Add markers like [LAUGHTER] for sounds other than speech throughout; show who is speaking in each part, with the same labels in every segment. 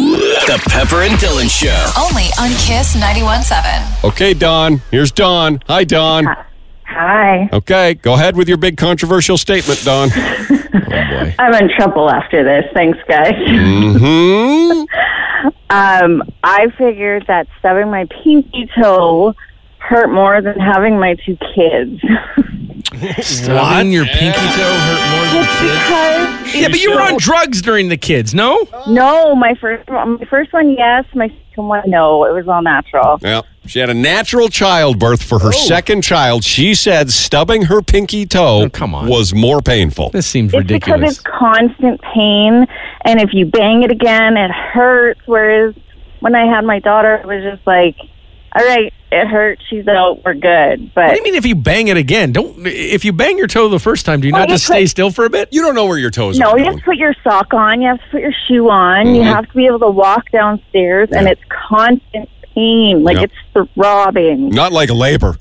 Speaker 1: The Pepper and Dylan Show.
Speaker 2: Only on Kiss 91.7.
Speaker 3: Okay, Don. Here's Don. Hi, Don.
Speaker 4: Hi.
Speaker 3: Okay, go ahead with your big controversial statement, Don.
Speaker 4: I'm in trouble after this. Thanks, guys.
Speaker 3: hmm
Speaker 4: [LAUGHS] Um, I figured that stubbing my pinky toe hurt more than having my two kids.
Speaker 5: Stubbing your pinky toe hurt more than kids.
Speaker 4: because
Speaker 5: Yeah, but you were on drugs during the kids, no?
Speaker 4: no, my first one- my first one yes, my second one no. It was all natural.
Speaker 3: Yeah. She had a natural childbirth for her second child. She said stubbing her pinky toe
Speaker 5: Oh, come on.
Speaker 3: was more painful.
Speaker 5: This seems
Speaker 4: It's because
Speaker 5: ridiculous.
Speaker 4: it's constant pain, and if you bang it again, it hurts. Whereas when I had my daughter, it was just like, all right, it hurt. She's out. We're good.
Speaker 5: What do
Speaker 4: But
Speaker 5: you mean if you bang it again? Don't if you bang your toe the first time, do you
Speaker 4: Well,
Speaker 5: not
Speaker 4: you
Speaker 5: just stay
Speaker 4: could-
Speaker 5: still for a bit?
Speaker 3: You don't know where your toes
Speaker 4: No,
Speaker 3: are.
Speaker 4: you have
Speaker 3: going.
Speaker 4: to put your sock on. You have to put your shoe on. You
Speaker 5: Mm-hmm.
Speaker 4: have to be able to walk downstairs, and it's constant pain. Like
Speaker 3: Yep.
Speaker 4: it's throbbing.
Speaker 3: Not like labor.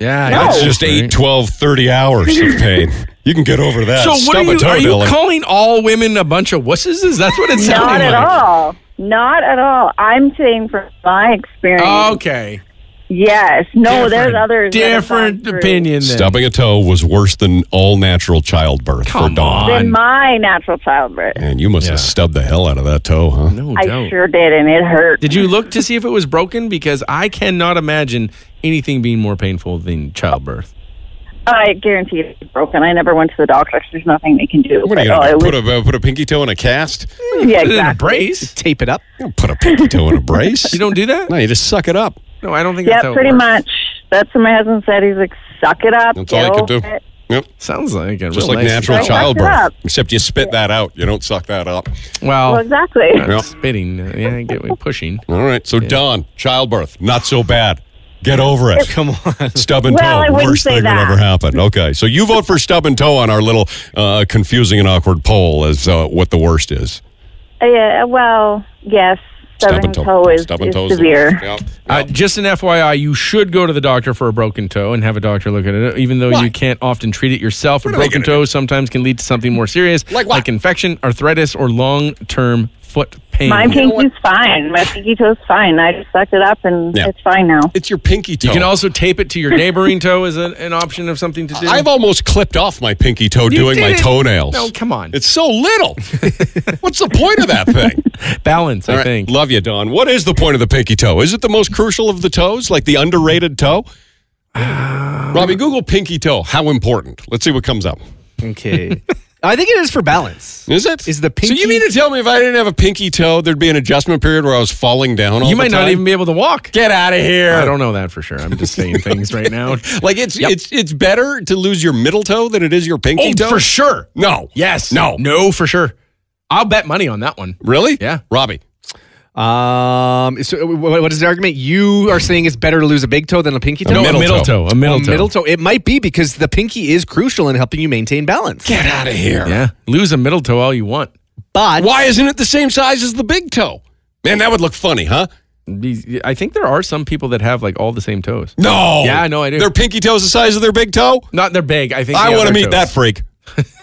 Speaker 5: Yeah,
Speaker 3: That's just 8, 12, 30 hours
Speaker 4: [LAUGHS]
Speaker 3: of pain. You can get over that.
Speaker 5: So what
Speaker 3: Stub a
Speaker 5: are you,
Speaker 3: uh, toe,
Speaker 5: are you
Speaker 3: Dylan.
Speaker 5: calling all women a bunch of wusses? Is that what it's
Speaker 4: Not
Speaker 5: sounding
Speaker 4: at
Speaker 5: like?
Speaker 4: all. Not at all. I'm saying from my experience.
Speaker 5: Okay.
Speaker 4: Yes. No,
Speaker 5: Different-
Speaker 4: Oh, there's others. that have
Speaker 5: Different
Speaker 4: gone through.
Speaker 5: opinion. Then.
Speaker 3: Stubbing a toe was worse than all natural childbirth for
Speaker 5: Come
Speaker 3: Dawn.
Speaker 5: on.
Speaker 4: Than my natural childbirth.
Speaker 3: And you must have stubbed the hell out of that toe, huh?
Speaker 5: No
Speaker 4: I
Speaker 5: doubt.
Speaker 4: sure did, and it hurt.
Speaker 5: Did you look to see if it was broken? Because I cannot imagine anything being more painful than childbirth.
Speaker 4: I guarantee it's broken. I never went to the doctor. 'cause There's nothing they can do.
Speaker 3: What are you
Speaker 4: But,
Speaker 3: gonna
Speaker 4: oh,
Speaker 3: do,
Speaker 4: it Mm.
Speaker 3: put a uh, put a pinky toe in a cast? You
Speaker 4: was, yeah,
Speaker 5: Put it in a
Speaker 4: exactly.
Speaker 5: brace.
Speaker 6: Tape it up.
Speaker 3: don't put a pinky toe in a brace.
Speaker 5: [LAUGHS] You don't do that?
Speaker 3: No, you just suck it up.
Speaker 5: No, I don't think that's how
Speaker 4: Yeah,
Speaker 5: it
Speaker 4: pretty
Speaker 5: works.
Speaker 4: much. That's what my husband said. He's like, suck it up.
Speaker 3: That's all
Speaker 4: get
Speaker 3: I could do.
Speaker 4: over it."
Speaker 3: Yep.
Speaker 5: Sounds like a
Speaker 3: Just
Speaker 5: real
Speaker 3: like
Speaker 5: nice-
Speaker 3: natural
Speaker 4: Right. Suck it
Speaker 3: childbirth.
Speaker 4: up.
Speaker 3: Except you spit that out. You don't suck that up.
Speaker 5: Well,
Speaker 3: Oh.
Speaker 4: Well, exactly.
Speaker 5: uh,
Speaker 3: Yeah.
Speaker 5: spitting. uh, Yeah, I get
Speaker 3: [LAUGHS]
Speaker 5: what- pushing.
Speaker 3: All right. So Don, childbirth, not so bad. Get over it.
Speaker 6: Come on.
Speaker 3: Stub and
Speaker 4: Well, I
Speaker 3: toe,
Speaker 4: wouldn't
Speaker 3: worst
Speaker 4: say
Speaker 3: thing
Speaker 4: that.
Speaker 3: ever happened. Okay, so you vote for stub and toe on our little uh, confusing and awkward poll as uh, what the worst is.
Speaker 4: Uh, yeah, well, yes. Stub and toe is,
Speaker 3: Stub and
Speaker 4: is
Speaker 3: toe the
Speaker 4: severe.
Speaker 3: worst. Yep.
Speaker 5: Uh, just an FYI, you should go to the doctor for a broken toe and have a doctor look at it, even though
Speaker 3: Why?
Speaker 5: you can't often treat it yourself. A
Speaker 3: What are they
Speaker 5: broken
Speaker 3: gonna
Speaker 5: toe sometimes can lead to something more serious,
Speaker 3: Like what?
Speaker 5: like infection, arthritis, or long term foot pain.
Speaker 4: My pinky's fine. My pinky toe's fine. I just sucked it up and
Speaker 3: Yeah.
Speaker 4: it's fine now.
Speaker 3: It's your pinky toe.
Speaker 5: You can also tape it to your neighboring [LAUGHS] toe as a, an option of something to do.
Speaker 3: I've almost clipped off my pinky toe
Speaker 5: You
Speaker 3: doing
Speaker 5: did
Speaker 3: my
Speaker 5: it.
Speaker 3: toenails.
Speaker 5: No, come on.
Speaker 3: It's so little. What's the point of that thing?
Speaker 5: balance,
Speaker 3: All
Speaker 5: I
Speaker 3: right,
Speaker 5: think.
Speaker 3: Love you, Don. What is the point of the pinky toe? Is it the most crucial of the toes, like the underrated toe?
Speaker 5: Uh,
Speaker 3: Robbie, Google pinky toe. How important? Let's see what comes up. [LAUGHS]
Speaker 6: Okay. I think it is for balance.
Speaker 3: Is it?
Speaker 6: Is the
Speaker 3: So you
Speaker 6: pinky-
Speaker 3: mean to tell me if I didn't have a pinky toe, there'd be an adjustment period where I was falling down all
Speaker 5: You
Speaker 3: the
Speaker 5: might not
Speaker 3: time?
Speaker 5: even be able to walk.
Speaker 3: Get out of here.
Speaker 5: I don't know that for sure. I'm just saying things right now.
Speaker 3: Like it's it's it's better to lose your middle toe than it is your pinky toe.
Speaker 5: Oh, sure.
Speaker 3: No.
Speaker 5: Yes.
Speaker 3: No.
Speaker 5: No, for sure. I'll bet money on that one.
Speaker 3: Really?
Speaker 5: Yeah.
Speaker 3: Robbie.
Speaker 6: Um, so wh- wh- what is the argument? You are saying it's better to lose a big toe than a pinky toe?
Speaker 3: No, middle toe.
Speaker 5: A middle
Speaker 6: Well,
Speaker 5: toe.
Speaker 6: middle toe. It might be because the pinky is crucial in helping you maintain balance.
Speaker 3: Get out of here.
Speaker 5: Yeah. Lose a middle toe all you want.
Speaker 6: But
Speaker 3: Why isn't it the same size as the big toe? Man, that would look funny, huh?
Speaker 5: These- I think there are some people that have like all the same toes.
Speaker 3: No.
Speaker 5: Yeah, I know, I do.
Speaker 3: Their pinky toe's the size of their big toe?
Speaker 5: Not they're big. I think
Speaker 3: I
Speaker 5: they have
Speaker 3: want to
Speaker 5: their
Speaker 3: meet that
Speaker 5: toes. [LAUGHS]
Speaker 3: freak.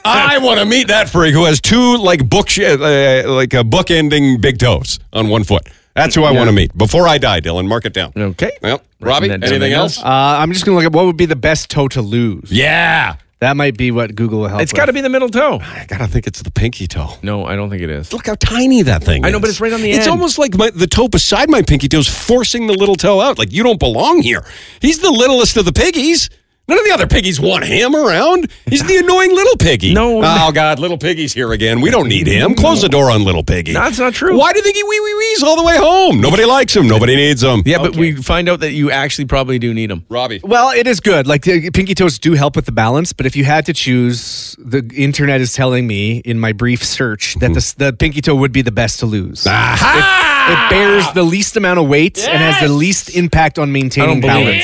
Speaker 3: I want to meet that freak who has two like book sh- uh, like a book ending big toes on one foot. That's who I want to meet before I die, Dylan. Mark it down.
Speaker 5: Okay.
Speaker 3: Well, Robbie,
Speaker 5: that down
Speaker 3: anything
Speaker 5: there.
Speaker 3: else?
Speaker 6: uh, I'm just gonna look at what would be the best toe to lose.
Speaker 3: yeah.
Speaker 6: That might be what Google will help.
Speaker 5: It's got to
Speaker 6: with.
Speaker 5: be the middle toe.
Speaker 3: I gotta think it's the pinky toe.
Speaker 5: No, I don't think it is.
Speaker 3: Look how tiny that thing is.
Speaker 5: I know, but it's right on the
Speaker 3: It's
Speaker 5: end.
Speaker 3: almost like my, the toe beside my pinky toe is forcing the little toe out. Like, you don't belong here. He's the littlest of the piggies. None of the other piggies want him around. He's the annoying little piggy.
Speaker 5: No.
Speaker 3: Oh, God, little piggy's here again. We don't need him. Close the door on little piggy.
Speaker 5: No, that's not true.
Speaker 3: Why do you think he wee wee wees all the way home? Nobody likes him. Nobody needs him.
Speaker 5: Yeah, but we find out that you actually probably do need them.
Speaker 3: Robbie.
Speaker 6: Well, it is good. Like the pinky toes do help with the balance, but if you had to choose, the internet is telling me in my brief search
Speaker 5: Mm-hmm.
Speaker 6: that the, the pinky toe would be the best to lose.
Speaker 3: Aha!
Speaker 6: It bears the least amount of weight and has the least impact on maintaining
Speaker 5: I don't believe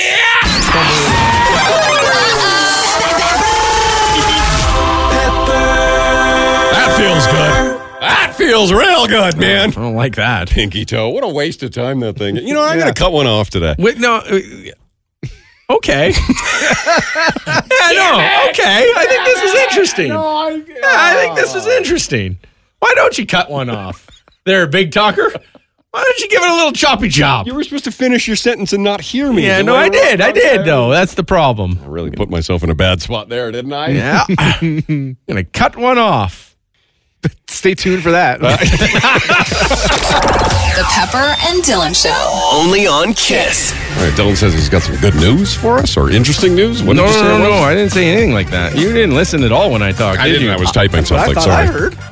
Speaker 6: balance.
Speaker 3: that feels good. That feels real good, man.
Speaker 5: I don't like that.
Speaker 3: Pinky toe. What a waste of time that thing. You know, I'm going to cut one off today.
Speaker 5: Wait, no. uh, Okay. [LAUGHS] yeah, no. Okay. I think this is interesting. Ah. Yeah, I think this is interesting. Why don't you cut one off? There, big talker. Why don't you give it a little choppy chop?
Speaker 3: You were supposed to finish your sentence and not hear me.
Speaker 5: Yeah,
Speaker 3: Am
Speaker 5: no, I
Speaker 3: right?
Speaker 5: did. I did, though. That's the problem.
Speaker 3: I really put myself in a bad spot there, didn't I?
Speaker 5: Yeah. Gonna cut one off.
Speaker 6: Stay tuned for that.
Speaker 3: Uh,
Speaker 6: [LAUGHS]
Speaker 2: The Pepper and Dylan Show.
Speaker 1: Only on Kiss.
Speaker 3: All right, Dylan says he's got some good news for us or interesting news. What
Speaker 5: No,
Speaker 3: did you
Speaker 5: no,
Speaker 3: say
Speaker 5: no,
Speaker 3: it was?
Speaker 5: no. I didn't say anything like that. You didn't listen at all when I talked,
Speaker 3: I
Speaker 5: did
Speaker 3: didn't.
Speaker 5: you?
Speaker 3: I was typing something. sorry.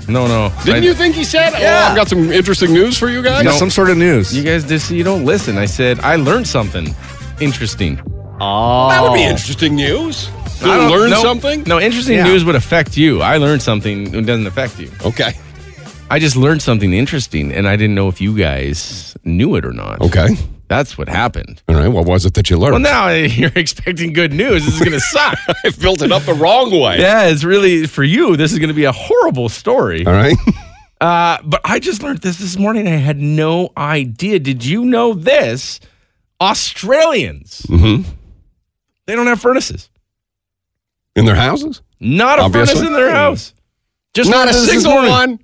Speaker 5: No, no.
Speaker 3: Didn't
Speaker 5: I-
Speaker 3: you think he said, "Oh, I've got some interesting news for you guys"?
Speaker 5: No.
Speaker 6: Some sort of news.
Speaker 5: You guys just you don't listen. I said I learned something interesting.
Speaker 3: That would be interesting news. Did
Speaker 5: I
Speaker 3: I
Speaker 5: don't-
Speaker 3: learn
Speaker 5: no,
Speaker 3: something?
Speaker 5: No, interesting
Speaker 6: Yeah.
Speaker 5: news would affect you. I learned something that doesn't affect you.
Speaker 3: Okay.
Speaker 5: I just learned something interesting, and I didn't know if you guys knew it or not.
Speaker 3: Okay.
Speaker 5: that's what happened.
Speaker 3: All right. What was it that you learned?
Speaker 5: Well, now [LAUGHS] you're expecting good news. This is gonna suck.
Speaker 3: I've built it up the wrong way.
Speaker 5: [LAUGHS] yeah, it's really for you. This is gonna be a horrible story.
Speaker 3: All right. [LAUGHS]
Speaker 5: Uh, but I just learned this this morning. I had no idea. Did you know this? Australians,
Speaker 3: Mm-hmm.
Speaker 5: they don't have furnaces.
Speaker 3: In their houses?
Speaker 5: Not a
Speaker 3: Obviously.
Speaker 5: furnace in their house. Just
Speaker 3: Not a
Speaker 5: learned this this
Speaker 3: single
Speaker 5: morning.
Speaker 3: one.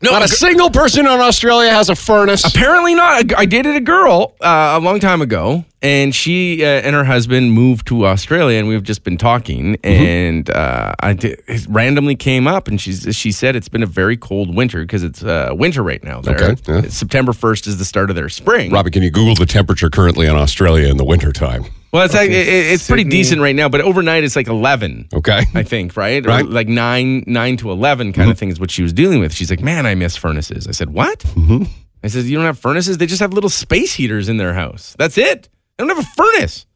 Speaker 5: No,
Speaker 3: Not a
Speaker 5: gr-
Speaker 3: single person in Australia has a furnace.
Speaker 5: apparently not. A g- I dated a girl uh, a long time ago, and she uh, and her husband moved to Australia, and we've just been talking.
Speaker 3: Mm-hmm.
Speaker 5: And uh, I di- it randomly came up, and she's she said it's been a very cold winter because it's uh, winter right now. There,
Speaker 3: Okay, yeah.
Speaker 5: It's September first is the start of their spring.
Speaker 3: Robbie, can you Google the temperature currently in Australia in the wintertime?
Speaker 5: Well, it's like, it, it- it's pretty decent right now, but overnight it's like eleven.
Speaker 3: Okay.
Speaker 5: I think, right? Or
Speaker 3: Right. Mm-hmm.
Speaker 5: like nine, nine to eleven kind of thing is what she was dealing with. She's like, "Man, I miss furnaces." I said, "What?" Mm-hmm. I said, "You don't have furnaces? They just have little space heaters in their house. That's it. They don't have a furnace."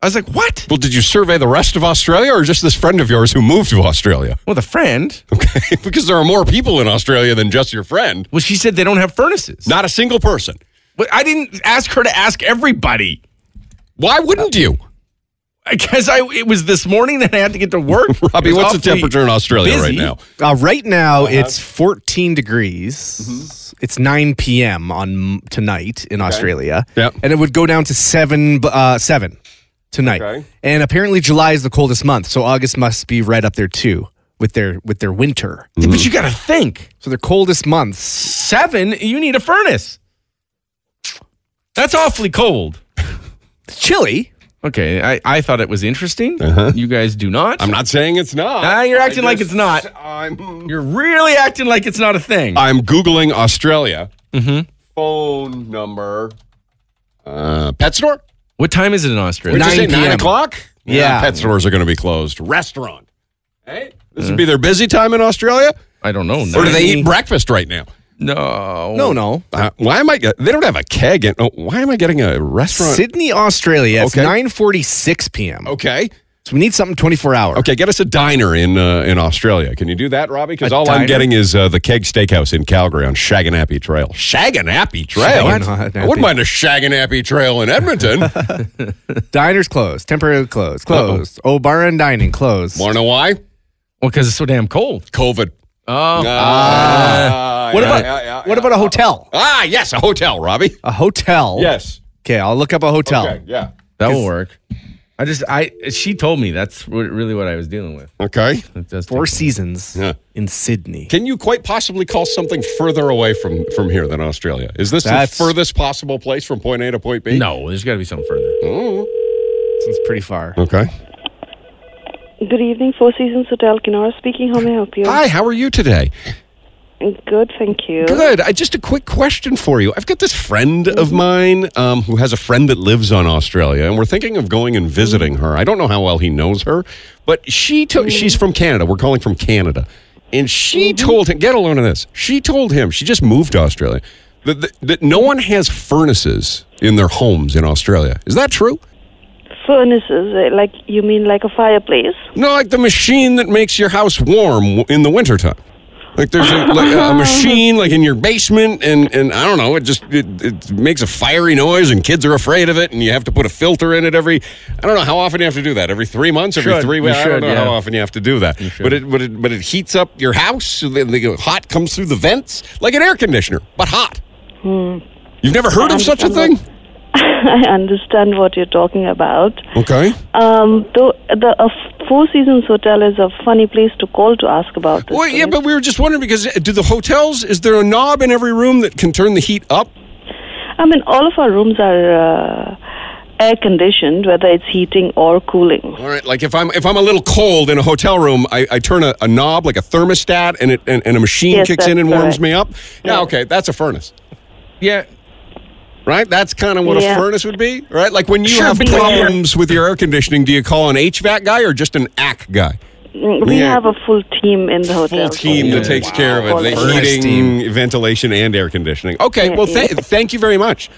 Speaker 5: I was like, "What?"
Speaker 3: Well, did you survey the rest of Australia or just this friend of yours who moved to Australia? [LAUGHS]
Speaker 5: Well, the friend.
Speaker 3: Okay. because there are more people in Australia than just your friend.
Speaker 5: Well, she said they don't have furnaces.
Speaker 3: Not a single person.
Speaker 5: But I didn't ask her to ask everybody
Speaker 3: Why wouldn't you? [LAUGHS]
Speaker 5: because I it was this morning and I had to get to work.
Speaker 3: [LAUGHS] Robbie,
Speaker 5: It
Speaker 3: what's
Speaker 5: was
Speaker 3: the
Speaker 5: awfully
Speaker 3: temperature in Australia
Speaker 5: busy.
Speaker 3: right now?
Speaker 6: Uh, right now,
Speaker 3: Uh-huh.
Speaker 6: it's 14 degrees.
Speaker 3: Mm-hmm.
Speaker 6: It's 9 p.m. on tonight in Australia.
Speaker 3: Yep.
Speaker 6: And it would go down to 7 b- uh, 7 tonight.
Speaker 3: Okay.
Speaker 6: And apparently July is the coldest month, so August must be right up there too with their with their winter.
Speaker 5: Yeah,
Speaker 3: Mm-hmm.
Speaker 5: But you got to think.
Speaker 6: So their coldest months.
Speaker 5: Seven, you need a furnace. That's awfully cold.
Speaker 6: It's chilly.
Speaker 5: Okay, I, I thought it was interesting. You guys do not.
Speaker 3: I'm not saying it's not.
Speaker 5: Ah, you're acting like
Speaker 3: just-
Speaker 5: it's not.
Speaker 3: I'm
Speaker 5: You're really acting like it's not a
Speaker 6: Uh,
Speaker 5: thing.
Speaker 3: I'm googling Australia.
Speaker 5: Mm-hmm.
Speaker 3: Phone number. Uh, pet store.
Speaker 5: what time is it in Australia?
Speaker 3: Did you say
Speaker 6: 9
Speaker 3: nine
Speaker 6: p.m..
Speaker 3: o'clock?
Speaker 6: Yeah.
Speaker 3: Pet stores are going to be closed. Restaurant. Hey, this would be their busy time in Australia.
Speaker 5: I don't know.
Speaker 3: Or do they
Speaker 5: 90?
Speaker 3: eat breakfast right now?
Speaker 5: No.
Speaker 6: No, no.
Speaker 3: Uh, why am I? get- They don't have a keg. In, oh, why am I getting a restaurant?
Speaker 6: Sydney, Australia. It's
Speaker 3: Okay.
Speaker 6: 9:46 p.m.
Speaker 3: Okay.
Speaker 6: So we need something 24 hour.
Speaker 3: Okay, get us a diner in uh, in Australia. Can you do that, Robbie? Because all I'm
Speaker 6: diner?
Speaker 3: getting is uh, the Keg Steakhouse in Calgary on Shaganappy Trail. Shaganappy Trail.
Speaker 6: Shaganappy.
Speaker 3: I wouldn't mind a Shaganappy Trail in
Speaker 6: [LAUGHS]
Speaker 3: Edmonton.
Speaker 6: Diners closed, temporarily closed, closed. Oh, bar and dining closed.
Speaker 3: Want to know why?
Speaker 5: Well, because it's so damn cold.
Speaker 3: COVID.
Speaker 5: Oh.
Speaker 3: Ah.
Speaker 6: What about what about a hotel?
Speaker 3: Ah, yes, a hotel, Robbie.
Speaker 6: A hotel.
Speaker 3: Yes.
Speaker 6: Okay, I'll look up a hotel.
Speaker 3: Okay. Yeah.
Speaker 5: that will work. I just, I, she told me that's what, really what I was dealing with.
Speaker 3: Okay.
Speaker 5: It does
Speaker 6: Four
Speaker 5: take-
Speaker 6: Seasons
Speaker 3: Yeah.
Speaker 6: in Sydney.
Speaker 3: Can you quite possibly call something further away from from here than Australia? Is this
Speaker 6: That's-
Speaker 3: the furthest possible place from point A to point B? Mm.
Speaker 5: No, there's got to be something further.
Speaker 6: It's pretty far.
Speaker 3: Okay.
Speaker 7: Good evening, Four Seasons Hotel. Kinara speaking. How may I help you?
Speaker 3: Hi, how are you today?
Speaker 7: Good, thank you.
Speaker 3: Good. I just a quick question for you. I've got this friend of mine um, who has a friend that lives on Australia, and we're thinking of going and visiting her. I don't know how well he knows her, but she took. She's from Canada. We're calling from Canada, and she told him. Get a load of this. She told him she just moved to Australia. That, that, that no one has furnaces in their homes in Australia. Is that true?
Speaker 7: Furnaces, eh, like you mean like a fireplace? [LAUGHS]
Speaker 3: No, like the machine that makes your house warm w- in the wintertime. Like there's a, like
Speaker 5: [LAUGHS]
Speaker 3: a, a machine like in your basement, and, and I don't know, it just it, it makes a fiery noise, and kids are afraid of it, and you have to put a filter in it every. I don't know how often you have to do that. Every three months, every
Speaker 5: Should.
Speaker 3: three
Speaker 5: You
Speaker 3: weeks. I don't
Speaker 5: should,
Speaker 3: know
Speaker 5: yeah.
Speaker 3: how often you have to do that. But it but it but it heats up your house. So then the hot comes through the vents like an air conditioner, but hot.
Speaker 5: Hmm.
Speaker 3: You've never heard of such a thing?
Speaker 7: I understand what you're talking about.
Speaker 3: Okay.
Speaker 7: Um, though the a f- Four Seasons Hotel is a funny place to call to ask about this.
Speaker 3: Well, yeah,
Speaker 7: right?
Speaker 3: but we were just wondering because uh, do the hotels is there a knob in every room that can turn the heat up?
Speaker 7: I mean, all of our rooms are uh, air conditioned, whether it's heating or cooling.
Speaker 3: All right, like if I'm if I'm a little cold in a hotel room, I, I turn a, a knob like a thermostat, and it and, and a machine
Speaker 7: Yes,
Speaker 3: kicks in
Speaker 7: that's
Speaker 3: and warms
Speaker 7: correct.
Speaker 3: me up. Yeah, okay, that's a furnace,
Speaker 5: Yeah.
Speaker 3: right? That's kind of what a
Speaker 7: Yeah.
Speaker 3: furnace would be, right? Like when you
Speaker 7: Sure,
Speaker 3: have
Speaker 7: but-
Speaker 3: problems with your air conditioning, do you call an HVAC guy or just an AC guy?
Speaker 7: Mm, We
Speaker 3: Yeah.
Speaker 7: have a full team in the hotel.
Speaker 3: Full
Speaker 7: so
Speaker 3: team
Speaker 7: we-
Speaker 3: that takes care of
Speaker 7: All
Speaker 3: it, the
Speaker 7: that.
Speaker 3: heating, ventilation, and air conditioning. Okay,
Speaker 7: Yeah,
Speaker 3: well, tha-
Speaker 7: yeah.
Speaker 3: thank you very much.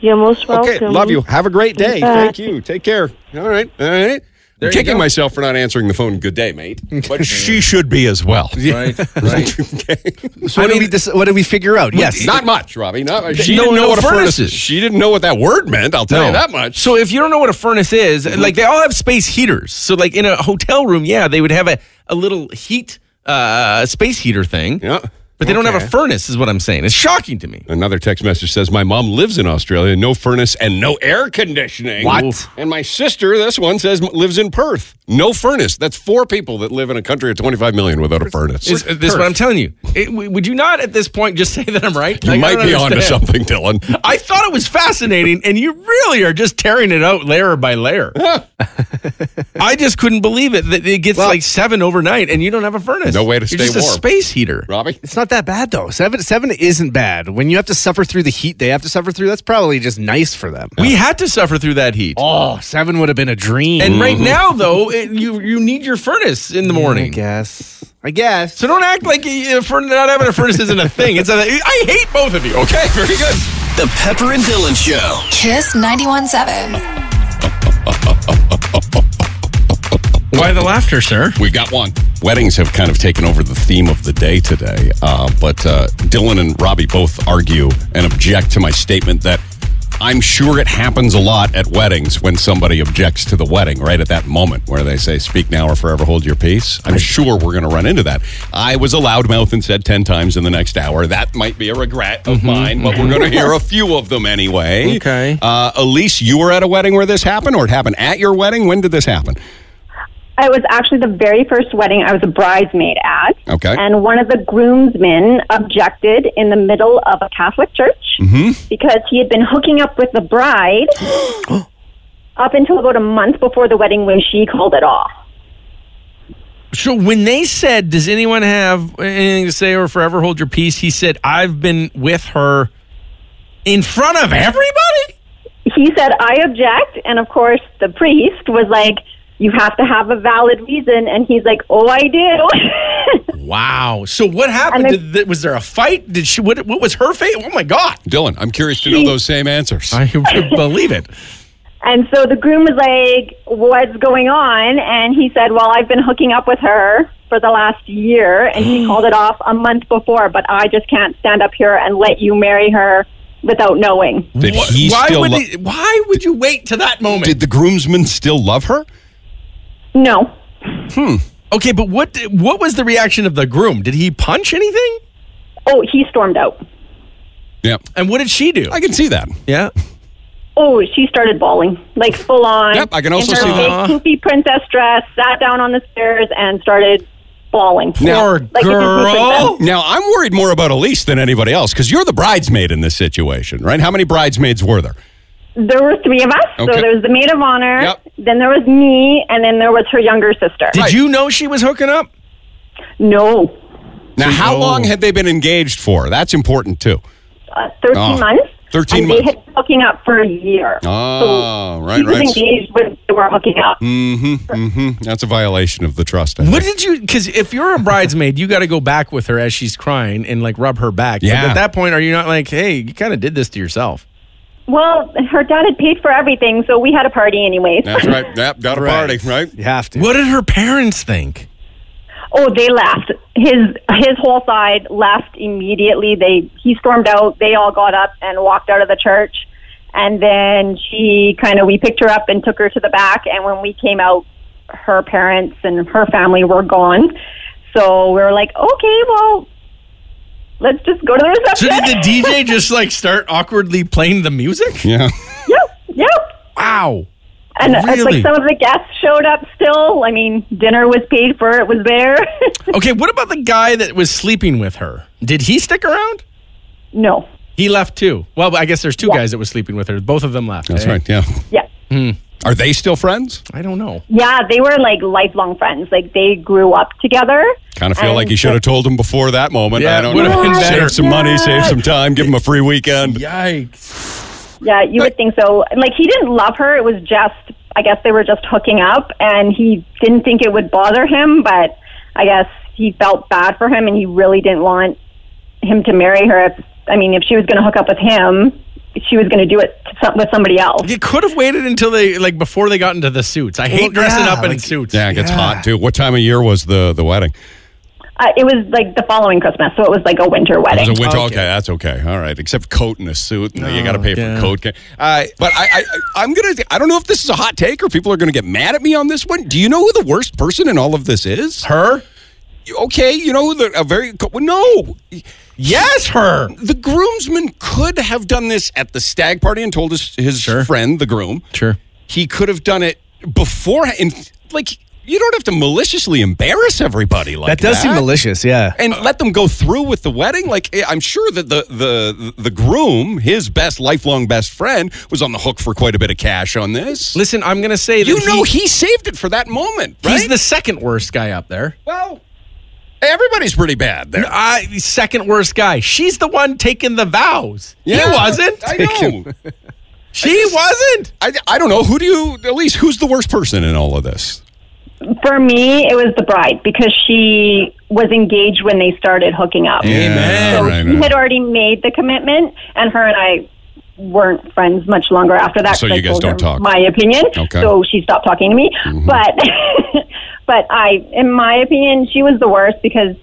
Speaker 7: You're most welcome.
Speaker 3: Okay, love you. Have a great day.
Speaker 7: Bye.
Speaker 3: Thank you. Take care. All right. All right. I'm
Speaker 5: you
Speaker 3: kicking
Speaker 5: go.
Speaker 3: myself for not answering the phone. Good day, mate. But she should be as [LAUGHS] well.
Speaker 5: Right. Right.
Speaker 6: So what, did we dis- what did we figure out? Yes.
Speaker 3: Not much, Robbie. Not, she
Speaker 5: No,
Speaker 3: didn't know
Speaker 5: no
Speaker 3: what a
Speaker 5: furnace
Speaker 3: furnace
Speaker 5: is.
Speaker 3: is. She didn't know what that word meant. I'll tell you that much. Mm-hmm.
Speaker 5: So if you don't know what a furnace is, like they all have space heaters. So like in a hotel room, yeah, they would have a, a little heat uh, space heater thing.
Speaker 3: Yeah.
Speaker 5: But they don't have a
Speaker 3: Okay.
Speaker 5: furnace, is what I'm saying. It's shocking to me.
Speaker 3: Another text message says, My mom lives in Australia, no furnace and no air conditioning.
Speaker 5: What? Oof.
Speaker 3: And my sister, this one says, lives in Perth, no furnace. That's four people that live in a country of 25 million without a furnace.
Speaker 5: Is, uh, this is what I'm telling you. It- w- would you not at this point just [LAUGHS] say that I'm right?
Speaker 3: you
Speaker 5: Like, I
Speaker 3: might
Speaker 5: don't
Speaker 3: be onto
Speaker 5: understand.
Speaker 3: something, Dylan.
Speaker 5: I thought it was fascinating, and you really are just tearing it out layer
Speaker 3: [LAUGHS]
Speaker 5: by layer. I just couldn't believe it that it gets like seven overnight, and you don't have a furnace.
Speaker 3: No way to
Speaker 5: You're
Speaker 3: stay
Speaker 5: just
Speaker 3: warm.
Speaker 5: A space heater.
Speaker 3: Robbie?
Speaker 6: It's not that bad though. Seven seven isn't bad. When you have to suffer through the heat they have to suffer through, that's probably just nice for them.
Speaker 5: We had to suffer through that heat.
Speaker 6: Oh, seven would have been a dream. Mm,
Speaker 5: And right now, though, it, you you need your furnace in the
Speaker 6: I
Speaker 5: morning.
Speaker 6: guess. I guess.
Speaker 5: So don't act like uh, for not having a furnace isn't a thing. It's a, I hate both of you. Okay, [LAUGHS] very good.
Speaker 1: The Pepper and Dylan Show.
Speaker 2: Kiss 91.7.
Speaker 5: Why the laughter, sir?
Speaker 3: We've got one. Weddings have kind of taken over the theme of the day today, uh, but uh, Dylan and Robbie both argue and object to my statement that I'm sure it happens a lot at weddings when somebody objects to the wedding right at that moment where they say, speak now or forever hold your peace. I'm sure we're going to run into that. I was a loudmouth and said 10 times in the next hour. That might be a regret of mine, but we're going to hear a few of them anyway.
Speaker 5: Okay.
Speaker 3: Uh, Elise, you were at a wedding where this happened, or it happened at your wedding? When did this happen?
Speaker 4: I was actually the very first wedding I was a bridesmaid at.
Speaker 3: Okay.
Speaker 4: And one of the groomsmen objected in the middle of a Catholic church
Speaker 3: Mm-hmm.
Speaker 4: because he had been hooking up with
Speaker 3: [GASPS]
Speaker 4: the bride up until about a month before the wedding when she called it off.
Speaker 5: So when they said, "Does anyone have anything to say or forever hold your peace?" He said, "I've been with her in front of everybody."
Speaker 4: He said, I object. And of course, the priest was like, You have to have a valid reason. And he's like, Oh, I do. [LAUGHS]
Speaker 5: Wow. So what happened?
Speaker 4: And
Speaker 5: Did, th- was there a fight? Did she? What, what was her fate? Oh my god!
Speaker 3: Dylan, I'm curious to know those same answers.
Speaker 5: I [LAUGHS] can't believe it.
Speaker 4: and so the groom was like, What's going on? And he said, Well, I've been hooking up with her for the last year.
Speaker 3: [GASPS]
Speaker 4: And she called it off a month before, but I just can't stand up here and let you marry her without knowing.
Speaker 3: Did
Speaker 5: Wh-
Speaker 3: he
Speaker 5: why
Speaker 3: still
Speaker 5: would
Speaker 3: lo-
Speaker 5: he- Why would you wait to that moment?
Speaker 3: Did the groomsman still love her?
Speaker 4: No.
Speaker 5: Okay, but what di- what was the reaction of the groom? Did he punch anything?
Speaker 4: Oh, he stormed out.
Speaker 3: Yeah.
Speaker 5: And what did she do?
Speaker 3: I can see that.
Speaker 5: yeah.
Speaker 4: Oh, she started bawling, like full on.
Speaker 3: Yep, I can also
Speaker 4: in her
Speaker 3: see
Speaker 5: that.
Speaker 4: Big poofy princess dress, sat down on the stairs and started bawling.
Speaker 5: Poor
Speaker 4: Like it just
Speaker 5: girl.
Speaker 4: was
Speaker 3: Now, I'm worried more about Elise than anybody else because you're the bridesmaid in this situation, right? How many bridesmaids were there?
Speaker 4: There were three of us.
Speaker 3: Okay.
Speaker 4: So there was the maid of honor,
Speaker 3: Yep.
Speaker 4: then there was me, and then there was her younger sister.
Speaker 5: Did you know she was hooking up?
Speaker 4: no,
Speaker 3: Now, how
Speaker 5: no.
Speaker 3: long had they been engaged for? That's important, too.
Speaker 4: uh, 13
Speaker 3: Oh,
Speaker 4: months.
Speaker 3: 13
Speaker 4: and
Speaker 3: months.
Speaker 4: They had been hooking up for a year.
Speaker 3: Oh,
Speaker 4: so
Speaker 3: right,
Speaker 4: she was
Speaker 3: right. Hmm.
Speaker 4: engaged when they were hooking up.
Speaker 3: Mm-hmm. That's a violation of the trust. I
Speaker 5: What
Speaker 3: think.
Speaker 5: did you? Because if you're a bridesmaid, you got to go back with her as she's crying and like rub her back. But
Speaker 3: Yeah.
Speaker 5: at that point, are you not like, hey, you kind of did this to yourself?
Speaker 4: Well, her dad had paid for everything, so we had a party anyways. [LAUGHS]
Speaker 3: That's right. Yep, got a party, right?
Speaker 6: You have to.
Speaker 5: What did her parents think?
Speaker 4: Oh, they left. His his whole side left immediately. They he stormed out. They all got up and walked out of the church. And then she kind of we picked her up and took her to the back. And when we came out, her parents and her family were gone. So we were like, okay, well, let's just go to the
Speaker 5: So
Speaker 4: reception. [LAUGHS]
Speaker 5: did the
Speaker 3: [LAUGHS]
Speaker 5: DJ just like start awkwardly playing the music?
Speaker 3: Yeah.
Speaker 4: yep, yep.
Speaker 5: Wow.
Speaker 4: And it's
Speaker 5: Really?
Speaker 4: like some of the guests showed up still. I mean, dinner was paid for. It was there. [LAUGHS]
Speaker 5: Okay, what about the guy that was sleeping with her? Did he stick around?
Speaker 4: no.
Speaker 5: He left too. Well, I guess there's two guys that were sleeping with her. Both of them left.
Speaker 3: That's
Speaker 5: eh?
Speaker 3: right. Yeah.
Speaker 4: Yeah.
Speaker 3: Are they still friends?
Speaker 5: I don't know.
Speaker 4: Yeah, they were like lifelong friends. Like they grew up together.
Speaker 3: Kind of feel
Speaker 4: And
Speaker 3: like you should have told him before that moment.
Speaker 5: Yeah,
Speaker 3: I don't
Speaker 5: would've
Speaker 3: know.
Speaker 5: been better.
Speaker 3: save some money, save some time, give him a free weekend.
Speaker 5: Yikes.
Speaker 4: Yeah, you would think so. And, Like he didn't love her. It was just, I guess they were just hooking up, and he didn't think it would bother him. But I guess he felt bad for him, and he really didn't want him to marry her. If I mean, if she was going to hook up with him, she was going to do it to some, with somebody else.
Speaker 5: You could have waited until they like before they got into the suits. I hate
Speaker 6: Well,
Speaker 5: dressing
Speaker 6: yeah,
Speaker 5: up in
Speaker 6: like-
Speaker 5: suits.
Speaker 3: Yeah, it gets hot too. What time of year was the the wedding?
Speaker 4: Uh, it was like the following Christmas, so it was like a winter
Speaker 3: It was
Speaker 4: wedding.
Speaker 3: a winter. Okay. that's okay. All right, except coat and a suit, and you got to pay for
Speaker 5: Oh, yeah.
Speaker 3: coat. Uh, but I, I, I'm gonna. I don't know if this is a hot take or people are gonna get mad at me on this one. Do you know who the worst person in all of this is?
Speaker 5: Her?
Speaker 3: Okay, you know the a very co- well, no.
Speaker 5: Yes, her.
Speaker 3: The groomsman could have done this at the stag party and told his his friend, the groom.
Speaker 5: Sure.
Speaker 3: he could have done it before. And like, you don't have to maliciously embarrass everybody like
Speaker 6: That
Speaker 3: that.
Speaker 6: does seem malicious, yeah.
Speaker 3: and
Speaker 5: Uh,
Speaker 3: let them go through with the wedding. Like eh, I'm sure that the the the groom, his best lifelong best friend, was on the hook for quite a bit of cash on this.
Speaker 5: Listen, I'm gonna say that
Speaker 3: you know
Speaker 5: he-
Speaker 3: he, saved it for that moment, right?
Speaker 5: he's the second worst guy up there.
Speaker 3: well. Everybody's pretty bad there.
Speaker 5: I second worst guy. She's the one taking the vows.
Speaker 3: Yeah,
Speaker 5: he wasn't.
Speaker 3: I know.
Speaker 5: She wasn't.
Speaker 3: I, I don't know. Who do you, Elise, who's the worst person in all of this?
Speaker 4: For me, it was the bride because she was engaged when they started hooking up.
Speaker 3: Yeah,
Speaker 4: So
Speaker 3: right,
Speaker 4: he
Speaker 3: right.
Speaker 4: had already made the commitment, and her and I weren't friends much longer after that.
Speaker 3: So
Speaker 4: 'cause
Speaker 3: you
Speaker 4: I
Speaker 3: guys
Speaker 4: told
Speaker 3: don't
Speaker 4: her
Speaker 3: talk.
Speaker 4: My opinion.
Speaker 3: Okay. Mm-hmm.
Speaker 4: So she stopped talking to me. But, [LAUGHS] but I, in my opinion, she was the worst because